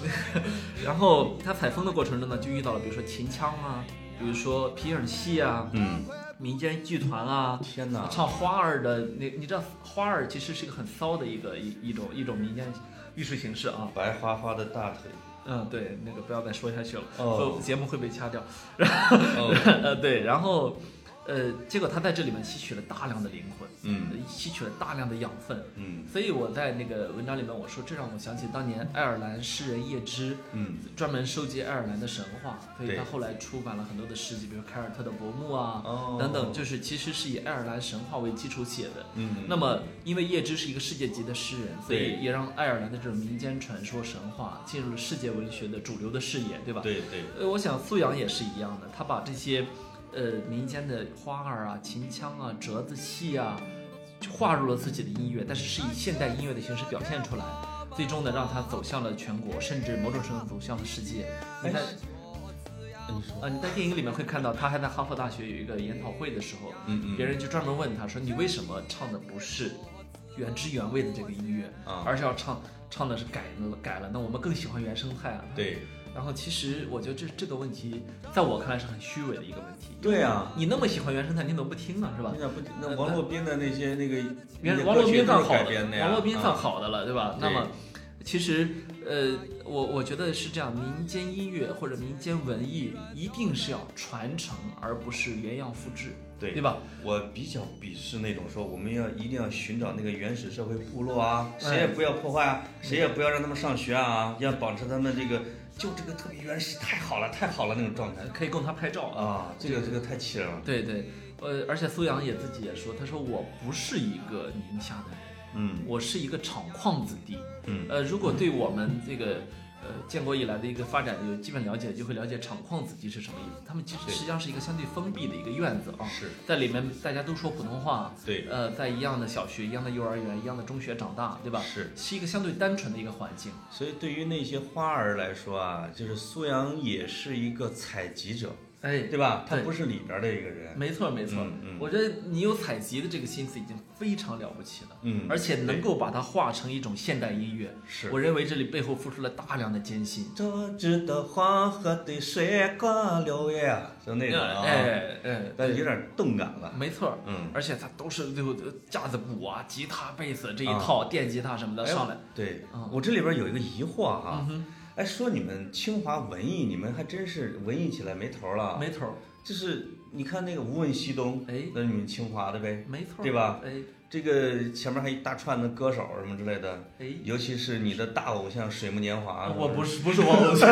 Speaker 1: 然后他采风的过程中呢，就遇到了比如说秦腔啊，比如说皮影戏啊，
Speaker 2: 嗯，
Speaker 1: 民间剧团啊，
Speaker 2: 天哪，
Speaker 1: 唱花儿的，那你知道花儿其实是一个很骚的一个一一种一种民间艺术形式啊。
Speaker 2: 白花花的大腿，
Speaker 1: 嗯，对，那个不要再说下去了，
Speaker 2: 哦
Speaker 1: 会节目会被掐掉。
Speaker 2: 哦，
Speaker 1: 呃，对，然后，呃，结果他在这里面吸取了大量的灵魂，呃
Speaker 2: 嗯
Speaker 1: 吸取了大量的养分。
Speaker 2: 嗯
Speaker 1: 所以我在那个文章里面我说，这让我想起当年爱尔兰诗人叶芝
Speaker 2: 嗯，
Speaker 1: 专门收集爱尔兰的神话，所以
Speaker 2: 对
Speaker 1: 他后来出版了很多的诗集，比如凯尔特的《薄暮》啊、
Speaker 2: 哦
Speaker 1: 等等，就是其实是以爱尔兰神话为基础写的。
Speaker 2: 嗯，
Speaker 1: 那么，因为叶芝是一个世界级的诗人，所
Speaker 2: 对
Speaker 1: 以也让爱尔兰的这种民间传说、神话进入了世界文学的主流的视野，对吧？
Speaker 2: 对对，
Speaker 1: 呃，我想苏阳也是一样的，他把这些，呃，民间的花儿啊、秦腔啊、折子戏啊，就划入了自己的音乐，但是是以现代音乐的形式表现出来，最终呢，让他走向了全国，甚至某种程度走向了世界。你看，
Speaker 2: 你说，
Speaker 1: 呃，你在电影里面会看到，他还在哈佛大学有一个研讨会的时候，
Speaker 2: 嗯嗯，
Speaker 1: 别人就专门问他说：“你为什么唱的不是原汁原味的这个音乐，
Speaker 2: 啊，
Speaker 1: 而是要唱唱的是改了改了。那我们更喜欢原生态啊。
Speaker 2: 对
Speaker 1: 然后其实我觉得这这个问题，在我看来是很虚伪的一个问题。
Speaker 2: 对啊，
Speaker 1: 你那么喜欢原生态，你怎么不听呢？是吧？
Speaker 2: 那不那王洛宾的那些那个那
Speaker 1: 原
Speaker 2: 些
Speaker 1: 王洛
Speaker 2: 歌曲
Speaker 1: 宾
Speaker 2: 都
Speaker 1: 唱
Speaker 2: 是
Speaker 1: 好
Speaker 2: 改
Speaker 1: 的
Speaker 2: 编的，呀，
Speaker 1: 王洛宾
Speaker 2: 啊
Speaker 1: 唱好的了，对吧？那
Speaker 2: 对
Speaker 1: 么，其实呃，我我觉得是这样，民间音乐或者民间文艺一定是要传承，而不是原样复制，
Speaker 2: 对
Speaker 1: 对吧？
Speaker 2: 我比较鄙视那种说我们要一定要寻找那个原始社会部落啊，谁
Speaker 1: 哎
Speaker 2: 也不要破坏啊，
Speaker 1: 嗯
Speaker 2: 谁也不要让他们上学啊，要保持他们这个就这个特别原始，太好了，太好了那种状态
Speaker 1: 可以供他拍照啊。
Speaker 2: 啊，这个这个太气人了。
Speaker 1: 对对，呃，而且苏阳也自己也说，他说我不是一个宁夏的人，
Speaker 2: 嗯
Speaker 1: 我是一个厂矿子弟。
Speaker 2: 嗯，
Speaker 1: 呃，如果对我们这个呃建国以来的一个发展有基本了解，就会了解厂矿子弟是什么意思。他们其实
Speaker 2: 对
Speaker 1: 实际上是一个相对封闭的一个院子啊，
Speaker 2: 是
Speaker 1: 在里面大家都说普通话，
Speaker 2: 对，
Speaker 1: 呃，在一样的小学、一样的幼儿园、一样的中学长大，对吧？
Speaker 2: 是。
Speaker 1: 是一个相对单纯的一个环境。
Speaker 2: 所以对于那些花儿来说啊，就是苏阳也是一个采集者，
Speaker 1: 哎，
Speaker 2: 对吧？他
Speaker 1: 对
Speaker 2: 不是里边的一个人。
Speaker 1: 没错没错，
Speaker 2: 嗯嗯
Speaker 1: 我觉得你有采集的这个心思已经非常了不起了。
Speaker 2: 嗯，
Speaker 1: 而且能
Speaker 2: 对
Speaker 1: 够把它化成一种现代音乐，
Speaker 2: 是
Speaker 1: 我认为这里背后付出了大量的艰辛。
Speaker 2: 多汁的黄河的水过流呀，就那种啊，
Speaker 1: 哎哎，
Speaker 2: 但有点动感了。
Speaker 1: 没错儿，
Speaker 2: 嗯，
Speaker 1: 而且它都是最后的架子鼓啊、吉他、贝斯这一
Speaker 2: 啊
Speaker 1: 套，电吉他什么的
Speaker 2: 哎
Speaker 1: 上来。
Speaker 2: 对
Speaker 1: 嗯，
Speaker 2: 我这里边有一个疑惑
Speaker 1: 嗯
Speaker 2: 啊，
Speaker 1: 哼，
Speaker 2: 哎，说你们清华文艺，你们还真是文艺起来没头了。
Speaker 1: 没头儿，
Speaker 2: 就是你看那个无问西东，
Speaker 1: 哎，
Speaker 2: 那你们清华的呗。
Speaker 1: 没错儿，
Speaker 2: 对吧？
Speaker 1: 哎
Speaker 2: 这个前面还一大串的歌手什么之类的，
Speaker 1: 哎，
Speaker 2: 尤其是你的大偶像水木年华。
Speaker 1: 我不是不是我 偶像，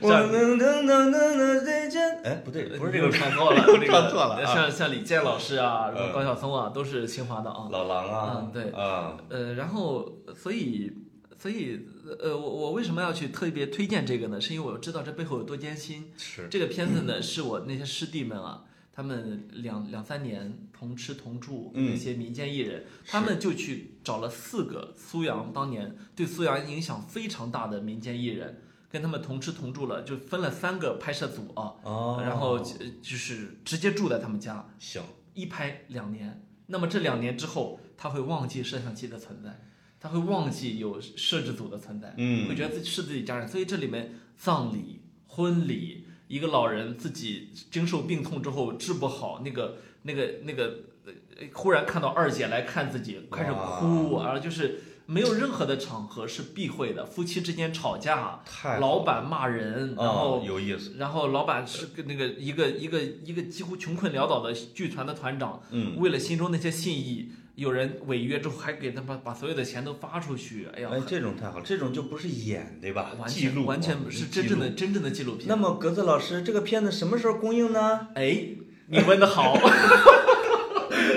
Speaker 2: 我能能能能能再见。哎，不对，不是这个
Speaker 1: 你又唱错了，这个
Speaker 2: 唱错了啊
Speaker 1: 像像李健老师啊，什么
Speaker 2: 嗯
Speaker 1: 高晓松啊，都是清华的啊。
Speaker 2: 老狼啊
Speaker 1: 嗯，对
Speaker 2: 啊，
Speaker 1: 呃，然后所以所以呃，我我为什么要去特别推荐这个呢？是因为我知道这背后有多艰辛。
Speaker 2: 是
Speaker 1: 这个片子呢，是我那些师弟们啊，他们两两三年同吃同住，
Speaker 2: 嗯
Speaker 1: 那些民间艺人，他们就去找了四个苏阳当年对苏阳影响非常大的民间艺人，跟他们同吃同住了，就分了三个拍摄组啊，
Speaker 2: 哦，
Speaker 1: 然后就就是直接住在他们家，
Speaker 2: 行，
Speaker 1: 一拍两年，那么这两年之后，他会忘记摄像机的存在，他会忘记有摄制组的存在，
Speaker 2: 嗯
Speaker 1: 会觉得自己是自己家人，所以这里面葬礼、婚礼，一个老人自己经受病痛之后治不好，那个、那个、那个，呃忽然看到二姐来看自己，开始哭，啊，就是没有任何的场合是避讳的，夫妻之间吵架，
Speaker 2: 太
Speaker 1: 老板骂人，嗯然后
Speaker 2: 哦有意思。
Speaker 1: 然后老板是跟那个一个一个一个几乎穷困潦倒的剧团的团长，
Speaker 2: 嗯，
Speaker 1: 为了心中那些信义，有人违约之后还给他们把所有的钱都发出去，哎呀，
Speaker 2: 哎，这种太好，这种就不是演对吧？
Speaker 1: 完
Speaker 2: 记
Speaker 1: 全
Speaker 2: 录
Speaker 1: 完
Speaker 2: 啊
Speaker 1: 全是真正。的真正的纪录
Speaker 2: 记录
Speaker 1: 片。
Speaker 2: 那么格子老师，这个片子什么时候公映呢？
Speaker 1: 哎，你问的 好，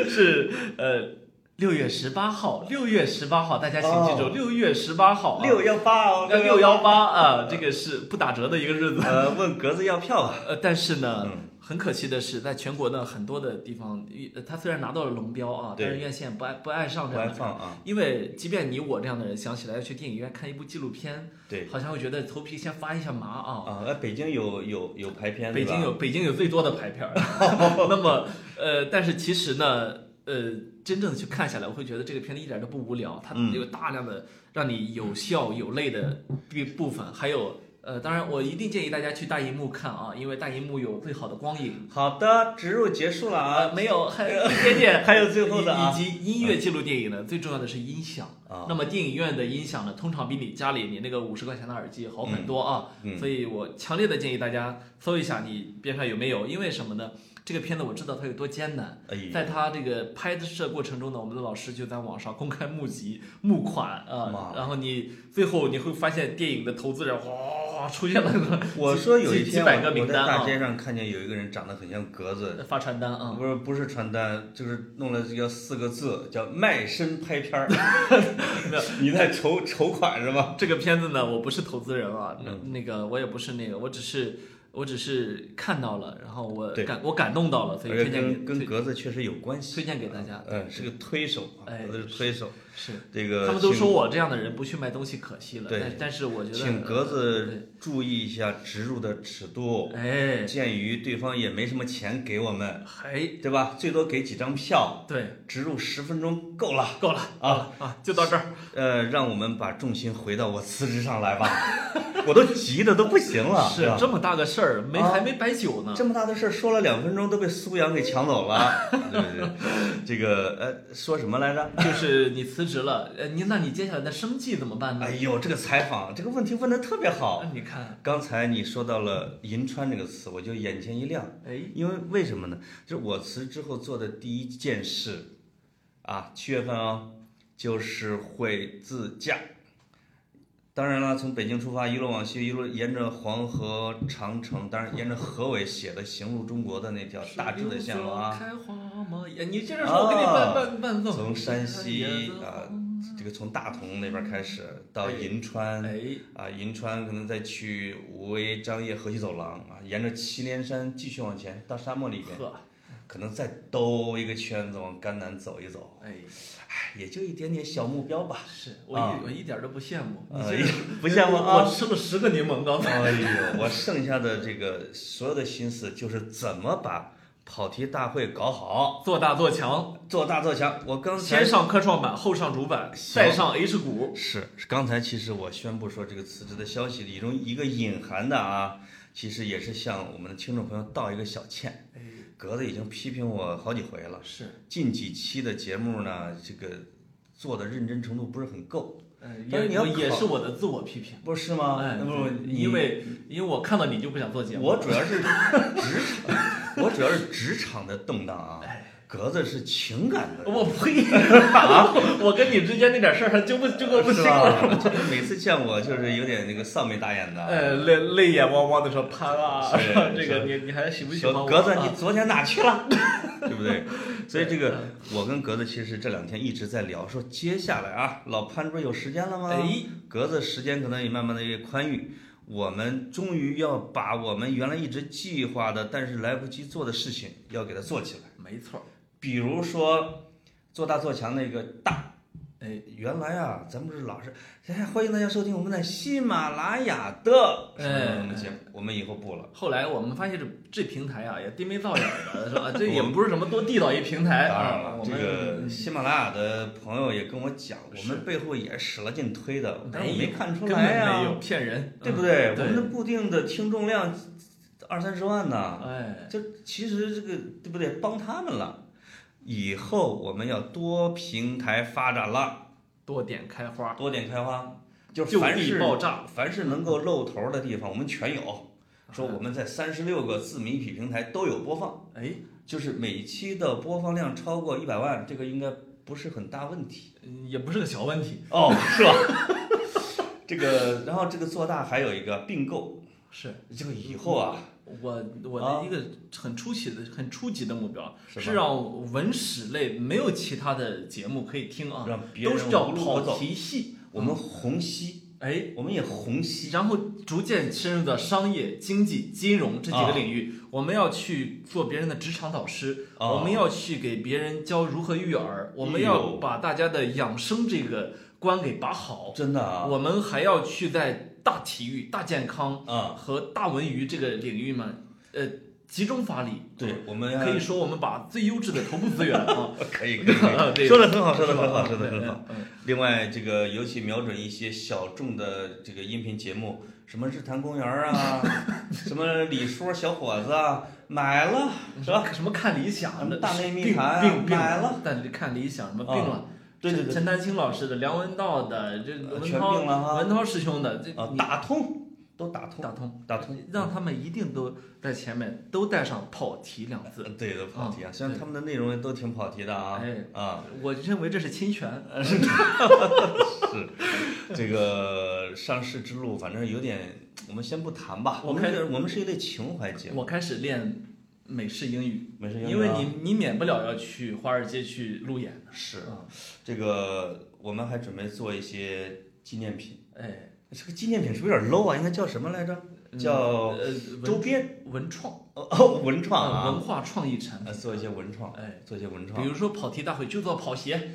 Speaker 1: 是呃六月十八号，六月十八号，大家请记住
Speaker 2: 哦
Speaker 1: 六月十八号啊，
Speaker 2: 六幺八哦，
Speaker 1: 六幺八啊，这个是不打折的一个 日子。
Speaker 2: 呃，问格子要票吧。
Speaker 1: 呃，但是呢，
Speaker 2: 嗯
Speaker 1: 很可惜的是，在全国的很多的地方，呃他虽然拿到了龙标啊，
Speaker 2: 对
Speaker 1: 但是院线不爱不爱上
Speaker 2: 不
Speaker 1: 这样
Speaker 2: 爱
Speaker 1: 的人。
Speaker 2: 放啊，
Speaker 1: 因为即便你我这样的人想起来要去电影院看一部纪录片，
Speaker 2: 对
Speaker 1: 好像会觉得头皮先发一下麻啊。
Speaker 2: 啊，哎，北京有有有排片，
Speaker 1: 北
Speaker 2: 对吧
Speaker 1: 京有北京有最多的排 片儿，那么呃，但是其实呢，呃，真正的去看下来，我会觉得这个片子一点都不无聊，它
Speaker 2: 嗯
Speaker 1: 有大量的让你有笑有泪的部部分，还有呃，当然我一定建议大家去大荧幕看啊，因为大荧幕有最好的光影。
Speaker 2: 好的，植入结束了啊
Speaker 1: 呃，没有，还 有一点点，
Speaker 2: 还有最后的啊嗯
Speaker 1: 以以及音乐记录电影呢，最重要的是音响。
Speaker 2: 啊，
Speaker 1: 那么电影院的音响呢，通常比你家里你那个五十块钱的耳机好很多啊，
Speaker 2: 嗯
Speaker 1: 所以我强烈的建议大家搜一下你边上有没有，因为什么呢？这个片子我知道它有多艰难，
Speaker 2: 哎呀，
Speaker 1: 在它这个拍摄过程中呢，我们的老师就在网上公开募集募款啊、呃
Speaker 2: 妈
Speaker 1: 然后你最后你会发现电影的投资人哗出现了
Speaker 2: 我说有一
Speaker 1: 几
Speaker 2: 天
Speaker 1: 几百
Speaker 2: 我
Speaker 1: 个名
Speaker 2: 我在
Speaker 1: 单啊
Speaker 2: 大街上看见有一个人长得很像格子，
Speaker 1: 发传单啊。
Speaker 2: 不是不是传单，就是弄了这个四个字叫卖身拍片儿。 你在筹筹款是吧？
Speaker 1: 这个片子呢，我不是投资人啊，那那个我也不是那个，我只是我只是看到了，然后我
Speaker 2: 对
Speaker 1: 感我感动到了，哦所以
Speaker 2: 而且
Speaker 1: 推荐给
Speaker 2: 跟跟
Speaker 1: 推
Speaker 2: 格子确实有关系，
Speaker 1: 推荐给大家对
Speaker 2: 嗯，是个推手啊，
Speaker 1: 哎
Speaker 2: 格子是推手，
Speaker 1: 是。
Speaker 2: 这个
Speaker 1: 他们都
Speaker 2: 请
Speaker 1: 说我这样的人不去卖东西可惜了，
Speaker 2: 对
Speaker 1: 但但是我觉得
Speaker 2: 请格
Speaker 1: 对
Speaker 2: 子注意一下植入的尺度，
Speaker 1: 哎，
Speaker 2: 鉴于对方也没什么钱给我们，
Speaker 1: 还
Speaker 2: 对吧？最多给几张票，
Speaker 1: 对，
Speaker 2: 植入十分钟够了。
Speaker 1: 够了
Speaker 2: 啊
Speaker 1: 啊，就到这儿。
Speaker 2: 呃，让我们把重心回到我辞职上来 吧，我都急的都不行了。
Speaker 1: 是
Speaker 2: 吧
Speaker 1: 这么大个事儿，没
Speaker 2: 啊
Speaker 1: 还没摆酒呢。
Speaker 2: 这么大的事儿，说了两分钟都被苏阳给抢走了。啊对对对，这个呃，说什么来着？
Speaker 1: 就是你辞职了，呃，你那你接下来的生计怎么办呢
Speaker 2: 哎？呦，这个采访这个问题问的特别好。
Speaker 1: 那你看，
Speaker 2: 刚才你说到了“银川”这个词，我就眼前一亮。
Speaker 1: 哎，
Speaker 2: 因为为什么呢？就是我辞职之后做的第一件事，啊，七月份啊、就是会自驾。当然了，从北京出发，一路往西，一路沿着黄河、长城，当然沿着河尾写的《行路中国》的那条大致的线路啊，
Speaker 1: 开花吗？哎你接着说，我给你伴伴伴奏。
Speaker 2: 从山西
Speaker 1: 看叶子
Speaker 2: 啊
Speaker 1: 黄
Speaker 2: 这个从大同那边开始到
Speaker 1: 嗯哎
Speaker 2: 银川，
Speaker 1: 哎，
Speaker 2: 啊，银川可能再去武威、张掖、河西走廊啊，沿着祁连山继续往前到沙漠里边，
Speaker 1: 呵，
Speaker 2: 可能再兜一个圈子往甘南走一走，
Speaker 1: 哎，
Speaker 2: 哎，也就一点点小目标吧。
Speaker 1: 是我
Speaker 2: 啊
Speaker 1: 一我一点都不羡慕，你
Speaker 2: 呃
Speaker 1: 这个
Speaker 2: 不像我啊
Speaker 1: 我吃了十个柠檬刚才。
Speaker 2: 哎呦，我剩下的这个所有的心思就是怎么把跑题大会搞好，
Speaker 1: 做大做强，
Speaker 2: 做大做强。我刚才
Speaker 1: 先上科创板，后上主板，
Speaker 2: 行
Speaker 1: 再上 H 股。
Speaker 2: 是，刚才其实我宣布说这个辞职的消息里中一个隐含的啊，其实也是向我们的听众朋友道一个小歉。
Speaker 1: 哎，
Speaker 2: 格子已经批评我好几回了，
Speaker 1: 是，
Speaker 2: 近几期的节目呢，这个做的认真程度不是很够，
Speaker 1: 呃，
Speaker 2: 但是你要
Speaker 1: 也也
Speaker 2: 考
Speaker 1: 是我的自我批评。
Speaker 2: 不是吗？
Speaker 1: 哎
Speaker 2: 那么你
Speaker 1: 因为因为我看到你就不想做节目。
Speaker 2: 我主要是职场， 我主要是职场的动荡啊，格子是情感的。
Speaker 1: 哎我呸！ 我跟你之间那点事儿还揪不揪个不清
Speaker 2: 啊是啊
Speaker 1: 了。
Speaker 2: 吧？就是每次见我就是有点那个丧眉打眼的。
Speaker 1: 呃，泪泪眼汪汪的说：“潘啊，
Speaker 2: 是
Speaker 1: 说 这个
Speaker 2: 是
Speaker 1: 你你还喜不喜
Speaker 2: 小
Speaker 1: 欢我啊？”
Speaker 2: 格子，你昨天哪去 了？对不对？所以这个
Speaker 1: 嗯
Speaker 2: 我跟格子其实这两天一直在聊，说接下来啊，老潘不是有时间了吗？
Speaker 1: 哎，
Speaker 2: 格子时间可能也慢慢的越宽裕，我们终于要把我们原来一直计划的，但是来不及做的事情，要给它做起来。
Speaker 1: 没错儿，
Speaker 2: 比如说做大做强那个大，
Speaker 1: 哎，
Speaker 2: 原来啊，咱们不是老是，哎，欢迎大家收听我们的喜马拉雅的
Speaker 1: 哎
Speaker 2: 什么什么节目，我们以后不了。
Speaker 1: 后来我们发现这这平台啊也低眉造眼儿的，说啊这也不是什么多地道一平台
Speaker 2: 当然
Speaker 1: 啊
Speaker 2: 了，，
Speaker 1: 我
Speaker 2: 哎嗯这
Speaker 1: 们
Speaker 2: 个喜马拉雅的朋友也跟我讲，我
Speaker 1: 是
Speaker 2: 们背后也使了劲推的，但是
Speaker 1: 没
Speaker 2: 我
Speaker 1: 有
Speaker 2: 没看出
Speaker 1: 根
Speaker 2: 来
Speaker 1: 本
Speaker 2: 呀、
Speaker 1: 没有骗人，
Speaker 2: 对
Speaker 1: 嗯
Speaker 2: 不对？我们的
Speaker 1: 对，
Speaker 2: 固定的听众量二三十万呢，
Speaker 1: 哎，
Speaker 2: 就其实这个对不对？帮他们了，以后我们要多平台发展了，
Speaker 1: 多点开花，
Speaker 2: 多点开花，就
Speaker 1: 就
Speaker 2: 凡
Speaker 1: 地
Speaker 2: 是
Speaker 1: 爆嗯炸，
Speaker 2: 凡是能够露头的地方，我们全有。说我们在三十六个自媒体平台都有播放。
Speaker 1: 哎，
Speaker 2: 就是每期的播放量超过一百万，这个应该不是很大问题
Speaker 1: 也不是个小问题，
Speaker 2: 哦，是吧？ 这个，然后这个做大还有一个并购，
Speaker 1: 是
Speaker 2: 这个以后啊，
Speaker 1: 我我
Speaker 2: 啊
Speaker 1: 的一个很初期的、很初级的目标
Speaker 2: 是
Speaker 1: 是让文史类没有其他的节目可以听啊，
Speaker 2: 让别人
Speaker 1: 都是叫
Speaker 2: 无路可
Speaker 1: 跑
Speaker 2: 走。
Speaker 1: 题系，
Speaker 2: 我们虹吸，
Speaker 1: 哎，
Speaker 2: 我们也虹吸，
Speaker 1: 然后逐渐深入到商业、经济、金融这几个领域，我们要去做别人的职场导师，
Speaker 2: 啊
Speaker 1: 我们要去给别人教如何育儿，我们
Speaker 2: 哎
Speaker 1: 要
Speaker 2: 呦
Speaker 1: 把大家的养生这个关给把好，
Speaker 2: 真的啊
Speaker 1: 我们还要去在大体育、大健康
Speaker 2: 啊！
Speaker 1: 和大文娱这个领域嘛，呃，集中发力。
Speaker 2: 对，我们
Speaker 1: 可以说我们把最优质的头部资 源啊，
Speaker 2: 可以可以
Speaker 1: 啊
Speaker 2: 可以，
Speaker 1: 对
Speaker 2: 说的很好，说的很
Speaker 1: 吧
Speaker 2: 好，说的很好。。
Speaker 1: 嗯嗯
Speaker 2: 另外，这个尤其瞄准一些小众的这个音频节目，什么日坛公园啊，什么李叔小伙子啊，买了是吧？
Speaker 1: 什么看理想的
Speaker 2: 大内密
Speaker 1: 病
Speaker 2: 谈啊
Speaker 1: 病病
Speaker 2: 买了，
Speaker 1: 但是看理想什么
Speaker 2: 啊
Speaker 1: 病了？
Speaker 2: 对对
Speaker 1: 陈
Speaker 2: 对
Speaker 1: 陈丹青老师的、梁文道的、这
Speaker 2: 呃
Speaker 1: 文
Speaker 2: 全
Speaker 1: 涛
Speaker 2: 病了哈
Speaker 1: 文涛师兄的，这
Speaker 2: 啊，
Speaker 1: 你
Speaker 2: 打通都打通，
Speaker 1: 打通，
Speaker 2: 打通，
Speaker 1: 让他们一定都在前面都带上“跑题”两
Speaker 2: 呃
Speaker 1: 字。
Speaker 2: 对的跑题啊，
Speaker 1: 嗯
Speaker 2: 虽然他们的内容都挺跑题的啊
Speaker 1: 哎，
Speaker 2: 啊，
Speaker 1: 我认为这是侵权。
Speaker 2: 是这个上市之路，反正有点，我们先不谈吧。
Speaker 1: 我
Speaker 2: 我们
Speaker 1: 看
Speaker 2: 这我们是一类情怀节目，
Speaker 1: 我开始练美式英语，
Speaker 2: 没事，
Speaker 1: 因为你你免不了要去华尔街去路演。
Speaker 2: 是
Speaker 1: 啊
Speaker 2: 这个，我们还准备做一些纪念品。
Speaker 1: 哎，
Speaker 2: 这个纪念品是不是有点 low 啊？应该叫什么来着？叫
Speaker 1: 呃
Speaker 2: 周边
Speaker 1: 文创
Speaker 2: 哦文创
Speaker 1: 呃
Speaker 2: 啊，
Speaker 1: 文化创意产
Speaker 2: 呃
Speaker 1: 品，
Speaker 2: 做一些文创，
Speaker 1: 哎，
Speaker 2: 做一些文创
Speaker 1: 比。如说跑题大会就做跑鞋，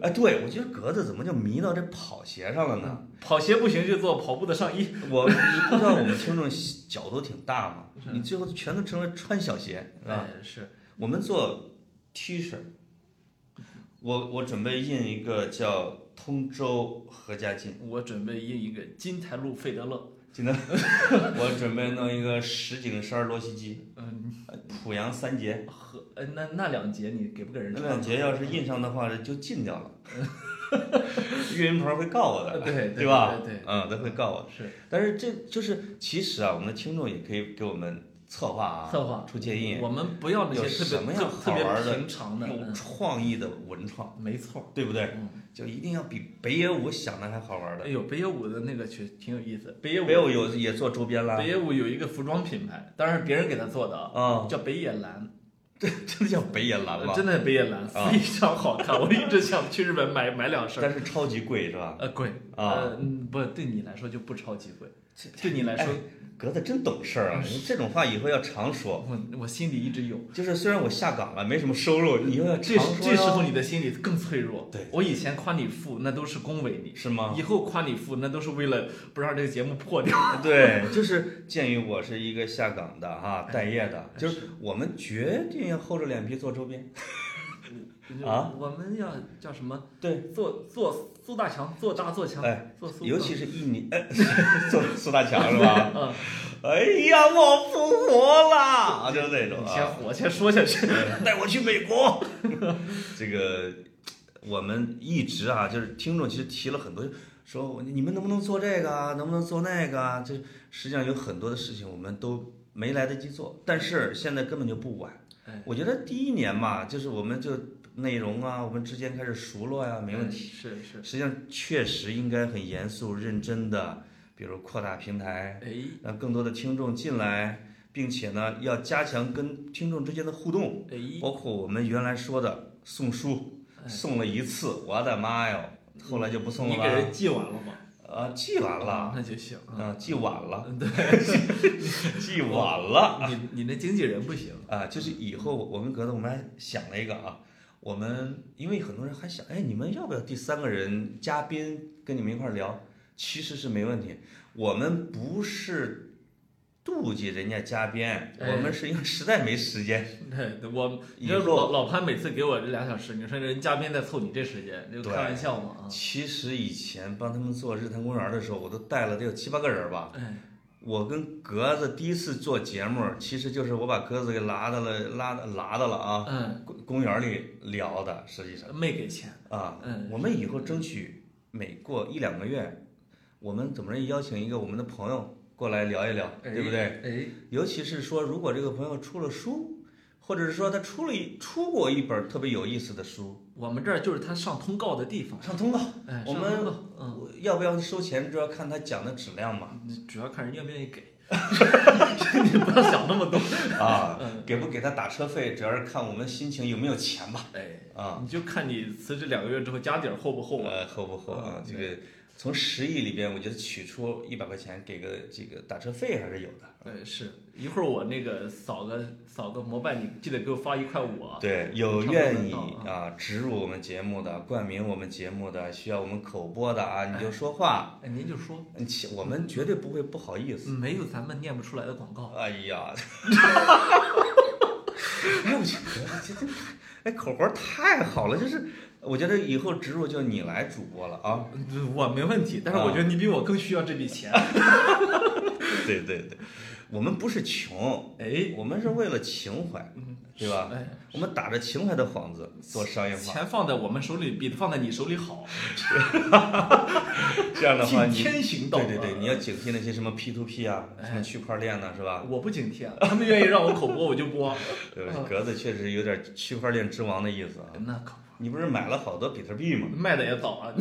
Speaker 2: 哎，对，我觉得格子怎么就迷到这跑鞋上了呢？
Speaker 1: 跑鞋不行就做跑步的上衣，
Speaker 2: 我你不知道我们听众脚都挺大嘛，你最后全都成了穿小鞋，是吧？
Speaker 1: 哎是，
Speaker 2: 我们做 T 恤，我我准备印一个叫通州何 家劲，
Speaker 1: 我准备印一个金台路费德勒，
Speaker 2: 今天我准备弄一个石景山罗西基，
Speaker 1: 嗯，
Speaker 2: 濮阳三杰。
Speaker 1: 和呃那那两节你给不给人
Speaker 2: 那
Speaker 1: 穿？啊
Speaker 2: 两节要是印上的话，就禁掉了。 岳云鹏会告我的，
Speaker 1: 呃对
Speaker 2: 对吧？
Speaker 1: 对对对
Speaker 2: 嗯，他会告我。
Speaker 1: 是
Speaker 2: 但是这就是其实啊，我们的听众也可以给我们策划啊，
Speaker 1: 策划嗯
Speaker 2: 出建议，
Speaker 1: 我们不要那
Speaker 2: 有
Speaker 1: 些
Speaker 2: 什
Speaker 1: 特
Speaker 2: 么
Speaker 1: 别
Speaker 2: 样
Speaker 1: 特特
Speaker 2: 好玩
Speaker 1: 别
Speaker 2: 的
Speaker 1: 平常的，
Speaker 2: 有
Speaker 1: 嗯
Speaker 2: 创意的文创，
Speaker 1: 没错。
Speaker 2: 对不对？
Speaker 1: 嗯
Speaker 2: 就一定要比北野武想的还好玩的
Speaker 1: 哎。呦，北野武的那个确挺有意思。北野武，
Speaker 2: 北野武有也做周边啦，
Speaker 1: 北野武有一个服装品牌，当然是别人给他做的啊，
Speaker 2: 啊，
Speaker 1: 叫北野蓝，
Speaker 2: 这真的叫北野蓝吗？
Speaker 1: 真的是北野蓝，
Speaker 2: 啊
Speaker 1: 非常好看。 我一直想去日本买 买两身儿。
Speaker 2: 但是超级贵是吧？
Speaker 1: 呃，贵
Speaker 2: 啊
Speaker 1: 呃，嗯不对你来说就不超级贵，对你来
Speaker 2: 哎
Speaker 1: 说，
Speaker 2: 格子真懂事儿
Speaker 1: 嗯
Speaker 2: 啊，你这种话以后要常说。
Speaker 1: 我我心里一直有。
Speaker 2: 就是虽然我下岗了，没什么收入，你又要常
Speaker 1: 这
Speaker 2: 说
Speaker 1: 这时
Speaker 2: 哟
Speaker 1: 候你的心里更脆弱。
Speaker 2: 对，啊
Speaker 1: 我以前夸你富，那都是恭维你；
Speaker 2: 是吗？
Speaker 1: 以后夸你富，那都是为了不让这个节目破掉。
Speaker 2: 对，就是鉴于我是一个下岗的哈、待业
Speaker 1: 哎
Speaker 2: 的，就是我们决定要厚着脸皮做周边。啊，
Speaker 1: 我们要叫什么？
Speaker 2: 对，
Speaker 1: 做做苏大强，做大做强，
Speaker 2: 哎
Speaker 1: 做苏大，
Speaker 2: 尤其是一年，哎、做苏大强是吧？
Speaker 1: 嗯，
Speaker 2: 哎呀，我不活了，就是那种
Speaker 1: 你先
Speaker 2: 啊，
Speaker 1: 火，先说下去。
Speaker 2: 带我去美国。 这个我们一直啊，就是听众其实提了很多，说你们能不能做这个啊，能不能做那个啊？这实际上有很多的事情我们都没来得及做，但是现在根本就不晚。
Speaker 1: 哎
Speaker 2: 我觉得第一年嘛，就是我们就内容啊，我们之间开始熟络呀、没问题。
Speaker 1: 是是，
Speaker 2: 实际上确实应该很严肃认真的，比如扩大平台，
Speaker 1: 哎
Speaker 2: 让更多的听众进来，并且呢，要加强跟听众之间的互动，
Speaker 1: 哎，
Speaker 2: 包括我们原来说的送书，
Speaker 1: 哎
Speaker 2: 送了一次，我的妈哟，后来就不送了
Speaker 1: 你给
Speaker 2: 吧？
Speaker 1: 人寄完了吗？
Speaker 2: 啊，寄完了，，
Speaker 1: 那就行。嗯
Speaker 2: 啊，寄晚了，
Speaker 1: 嗯，对，
Speaker 2: 寄晚了。
Speaker 1: 你你那经纪人不 行。
Speaker 2: 啊，就是以后我们格子，我们还想了一个啊，我们因为很多人还想，哎，你们要不要第三个人嘉宾跟你们一块儿聊？其实是没问题，我们不是妒忌人家嘉宾，我们是因为实在没时间。
Speaker 1: 对，我你
Speaker 2: 以
Speaker 1: 说
Speaker 2: 后
Speaker 1: 老老潘每次给我这俩小时，你说人嘉宾在凑你这时间，这不开玩笑吗？
Speaker 2: 其实以前帮他们做日坛公园的时候，我都带了得有七八个人吧。
Speaker 1: 啊，哎，
Speaker 2: 我跟格子第一次做节目，其实就是我把格子给拉到了拉到拉到了啊，
Speaker 1: 嗯，
Speaker 2: 公公园里聊的，实际上。
Speaker 1: 没给钱，
Speaker 2: 啊，
Speaker 1: 嗯
Speaker 2: 我们以后争取每过一两个月，我们怎么着也邀请一个我们的朋友过来聊一聊，
Speaker 1: 哎
Speaker 2: 对不对？
Speaker 1: 对？
Speaker 2: 尤其是说，如果这个朋友出了书，或者是说他出了一出过一本特别有意思的书，
Speaker 1: 哎，我们这儿就是他上通告的地方，
Speaker 2: 上通告，
Speaker 1: 哎，
Speaker 2: 我
Speaker 1: 上
Speaker 2: 们
Speaker 1: 通告嗯。
Speaker 2: 我要不要收钱，就要看他讲的质量嘛。
Speaker 1: 你主要看人愿不愿意给， 你不要想那么多。
Speaker 2: 啊
Speaker 1: 嗯，
Speaker 2: 给不给他打车费，主要是看我们心情有没有钱吧。
Speaker 1: 哎，
Speaker 2: 啊，
Speaker 1: 你就看你辞职两个月之后家底儿厚不厚啊？
Speaker 2: 呃，厚不厚啊？
Speaker 1: 嗯
Speaker 2: 这个从十亿里边，我觉得取出一百块钱给个这个打车费还是有的。
Speaker 1: 对，哎是一会儿我那个扫个扫个膜拜，你记得给我发一块五啊。
Speaker 2: 对，有
Speaker 1: 差不多
Speaker 2: 愿
Speaker 1: 能
Speaker 2: 意
Speaker 1: 到嗯
Speaker 2: 啊植入我们节目的、冠名我们节目的、需要我们口播的啊，你就说话，
Speaker 1: 哎，您就说
Speaker 2: 嗯其我们绝对不会不好意思。
Speaker 1: 没有咱们念不出来的广告，
Speaker 2: 哎 呀， 哎，我觉得这这哎口活太好了，就是我觉得以后植入就你来主播了 啊。
Speaker 1: 嗯我没问题，但是我觉得你比我更需要这笔 钱。
Speaker 2: 对对对，我们不是穷，
Speaker 1: 哎，
Speaker 2: 我们是为了情怀，对吧？
Speaker 1: 哎，
Speaker 2: 我们打着情怀的幌子做商业化，
Speaker 1: 钱放在我们手里比放在你手里好，
Speaker 2: 这样的话
Speaker 1: 敬
Speaker 2: 你。
Speaker 1: 天行啊哎道。
Speaker 2: 对对对，你要警惕那些什么 P to P 啊，什么区块链呐、是吧？
Speaker 1: 我不警惕啊，他们愿意让我口播我就
Speaker 2: 啊
Speaker 1: 播，
Speaker 2: 对，
Speaker 1: 嗯
Speaker 2: 格子确实有点区块链之王的意思啊。
Speaker 1: 那可
Speaker 2: 你不是买了好多比特 币吗？
Speaker 1: 卖的也早啊。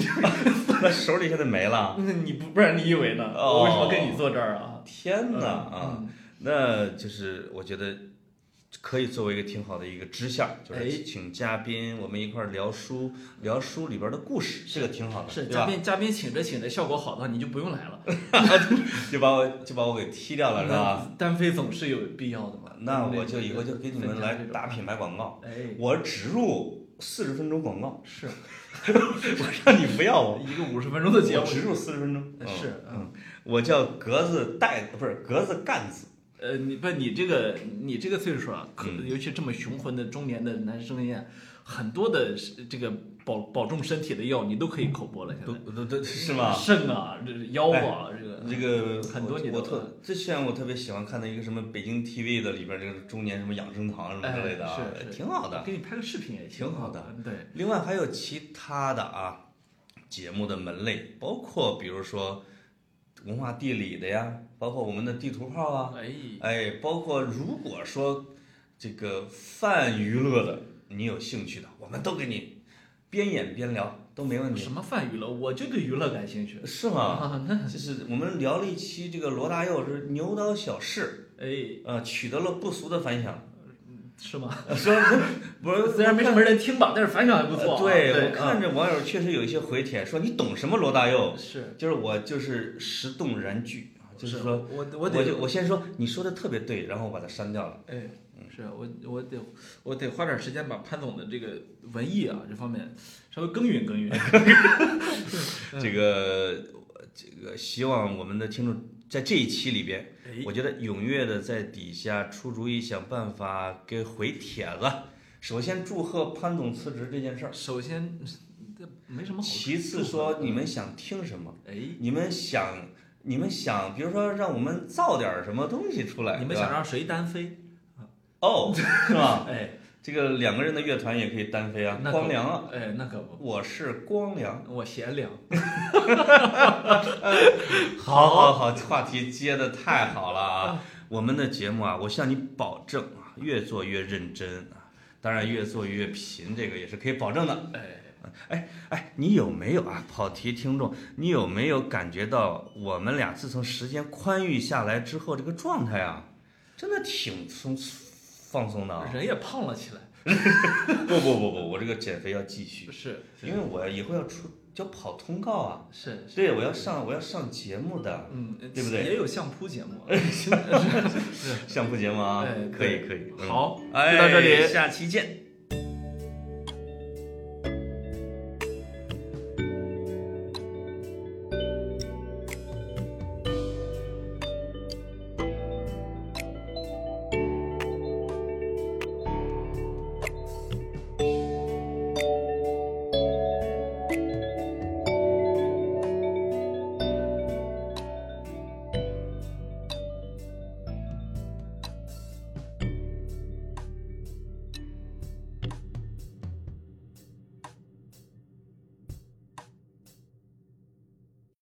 Speaker 2: 那手里现在没了。
Speaker 1: 那 你不不然你以为呢？
Speaker 2: 啊哦嗯
Speaker 1: 我为什么跟你坐这儿啊？
Speaker 2: 天哪
Speaker 1: 嗯
Speaker 2: 啊！那就是我觉得可以作为一个挺好的一个支线，就
Speaker 1: 哎
Speaker 2: 是请嘉宾我们一块儿聊书，聊书里边的故事，这个挺好的，
Speaker 1: 是
Speaker 2: 对
Speaker 1: 嘉
Speaker 2: 吧？
Speaker 1: 宾嘉宾请着请着效果好的话，你就不用来了，
Speaker 2: 就把我就把我给踢掉了，是吧？
Speaker 1: 那单飞总是有必要的嘛。
Speaker 2: 那
Speaker 1: 对不
Speaker 2: 我
Speaker 1: 嗯对
Speaker 2: 就以后就给你们来打品牌广告，
Speaker 1: 哎，
Speaker 2: 我植入四十分钟广告，
Speaker 1: 是
Speaker 2: 我让 你不要我，
Speaker 1: 一个五十分钟的节目
Speaker 2: 我，植入四十分钟，嗯
Speaker 1: 是嗯，
Speaker 2: 我叫格子带不是格子干子，
Speaker 1: 呃，你不，你这个你这个岁数啊，可
Speaker 2: 嗯
Speaker 1: 尤其这么雄浑的中年的男生呀，很多的是这个保保重身体的药你都可以口播了，现
Speaker 2: 都
Speaker 1: 在
Speaker 2: 都都 是吗？
Speaker 1: 肾啊，这腰啊，这个
Speaker 2: 这个
Speaker 1: 很多
Speaker 2: 我
Speaker 1: 你嗯都
Speaker 2: 我特之前我特别喜欢看的一个什么北京 TV 的里边这个中年什么养生堂什么之类的啊，
Speaker 1: 哎是是
Speaker 2: 挺好的。
Speaker 1: 给你拍个视频也行
Speaker 2: 挺好的，
Speaker 1: 对，
Speaker 2: 另外还有其他的啊节目的门类，包括比如说文化地理的呀，包括我们的地图炮啊，
Speaker 1: 哎，
Speaker 2: 哎，包括如果说这个泛娱乐的你有兴趣的，我们都给你边演边聊都没问题，
Speaker 1: 什么泛娱乐，我就对娱乐感兴趣
Speaker 2: 是吗？
Speaker 1: 啊， 那
Speaker 2: 就是我们聊了一期这个罗大佑是牛刀小试，
Speaker 1: 哎
Speaker 2: 呃，取得了不俗的反响。
Speaker 1: 是吗？
Speaker 2: 说不是，
Speaker 1: 虽然没什么人听吧，但是反响还不错啊，
Speaker 2: 对我
Speaker 1: 啊
Speaker 2: 看着网友确实有一些回帖，说你懂什么罗大佑？
Speaker 1: 是
Speaker 2: 就是我就是石动燃具，就是说，
Speaker 1: 我啊我
Speaker 2: 我
Speaker 1: 得
Speaker 2: 就我先说你说的特别对，然后我把它删掉了。
Speaker 1: 哎，
Speaker 2: 嗯
Speaker 1: 是我我得我得花点时间把潘总的这个文艺啊这方面稍微耕耘耕耘。嗯
Speaker 2: 这个这个，希望我们的听众在这一期里边，
Speaker 1: 哎，
Speaker 2: 我觉得踊跃的在底下出主意、想办法给回帖子。首先祝贺潘总辞职这件事儿，
Speaker 1: 首先这没什么好。
Speaker 2: 其次说你们想听什么。
Speaker 1: 哎，
Speaker 2: 你们想，你们想，比如说让我们造点儿什么东西出来，
Speaker 1: 你们
Speaker 2: 对吧
Speaker 1: 想让谁单飞？
Speaker 2: 哦，是吧？
Speaker 1: 哎，
Speaker 2: 这个两个人的乐团也可以单飞啊，
Speaker 1: 那可
Speaker 2: 光良啊，
Speaker 1: 哎，那可不，
Speaker 2: 我是光良。
Speaker 1: 我贤良。
Speaker 2: 好好好，话题接的太好了啊！我们的节目啊，我向你保证啊，越做越认真啊，当然越做越贫，这个也是可以保证的。
Speaker 1: 哎，
Speaker 2: 哎，你有没有啊？跑题听众，你有没有感觉到我们俩自从时间宽裕下来之后，这个状态啊，真的挺松放松的啊！
Speaker 1: 人也胖了起来。
Speaker 2: 不不不不，我这个减肥要继续，
Speaker 1: 是
Speaker 2: 因为我以后要出要跑通告啊，
Speaker 1: 是，
Speaker 2: 对，我要上我要上节目的，
Speaker 1: 嗯，
Speaker 2: 对不对
Speaker 1: 也有相扑节目。
Speaker 2: 相扑节目啊
Speaker 1: 哎，
Speaker 2: 可以
Speaker 1: 对
Speaker 2: 可以，嗯
Speaker 1: 好，
Speaker 2: 哎，
Speaker 1: 就到这里
Speaker 2: 下期见。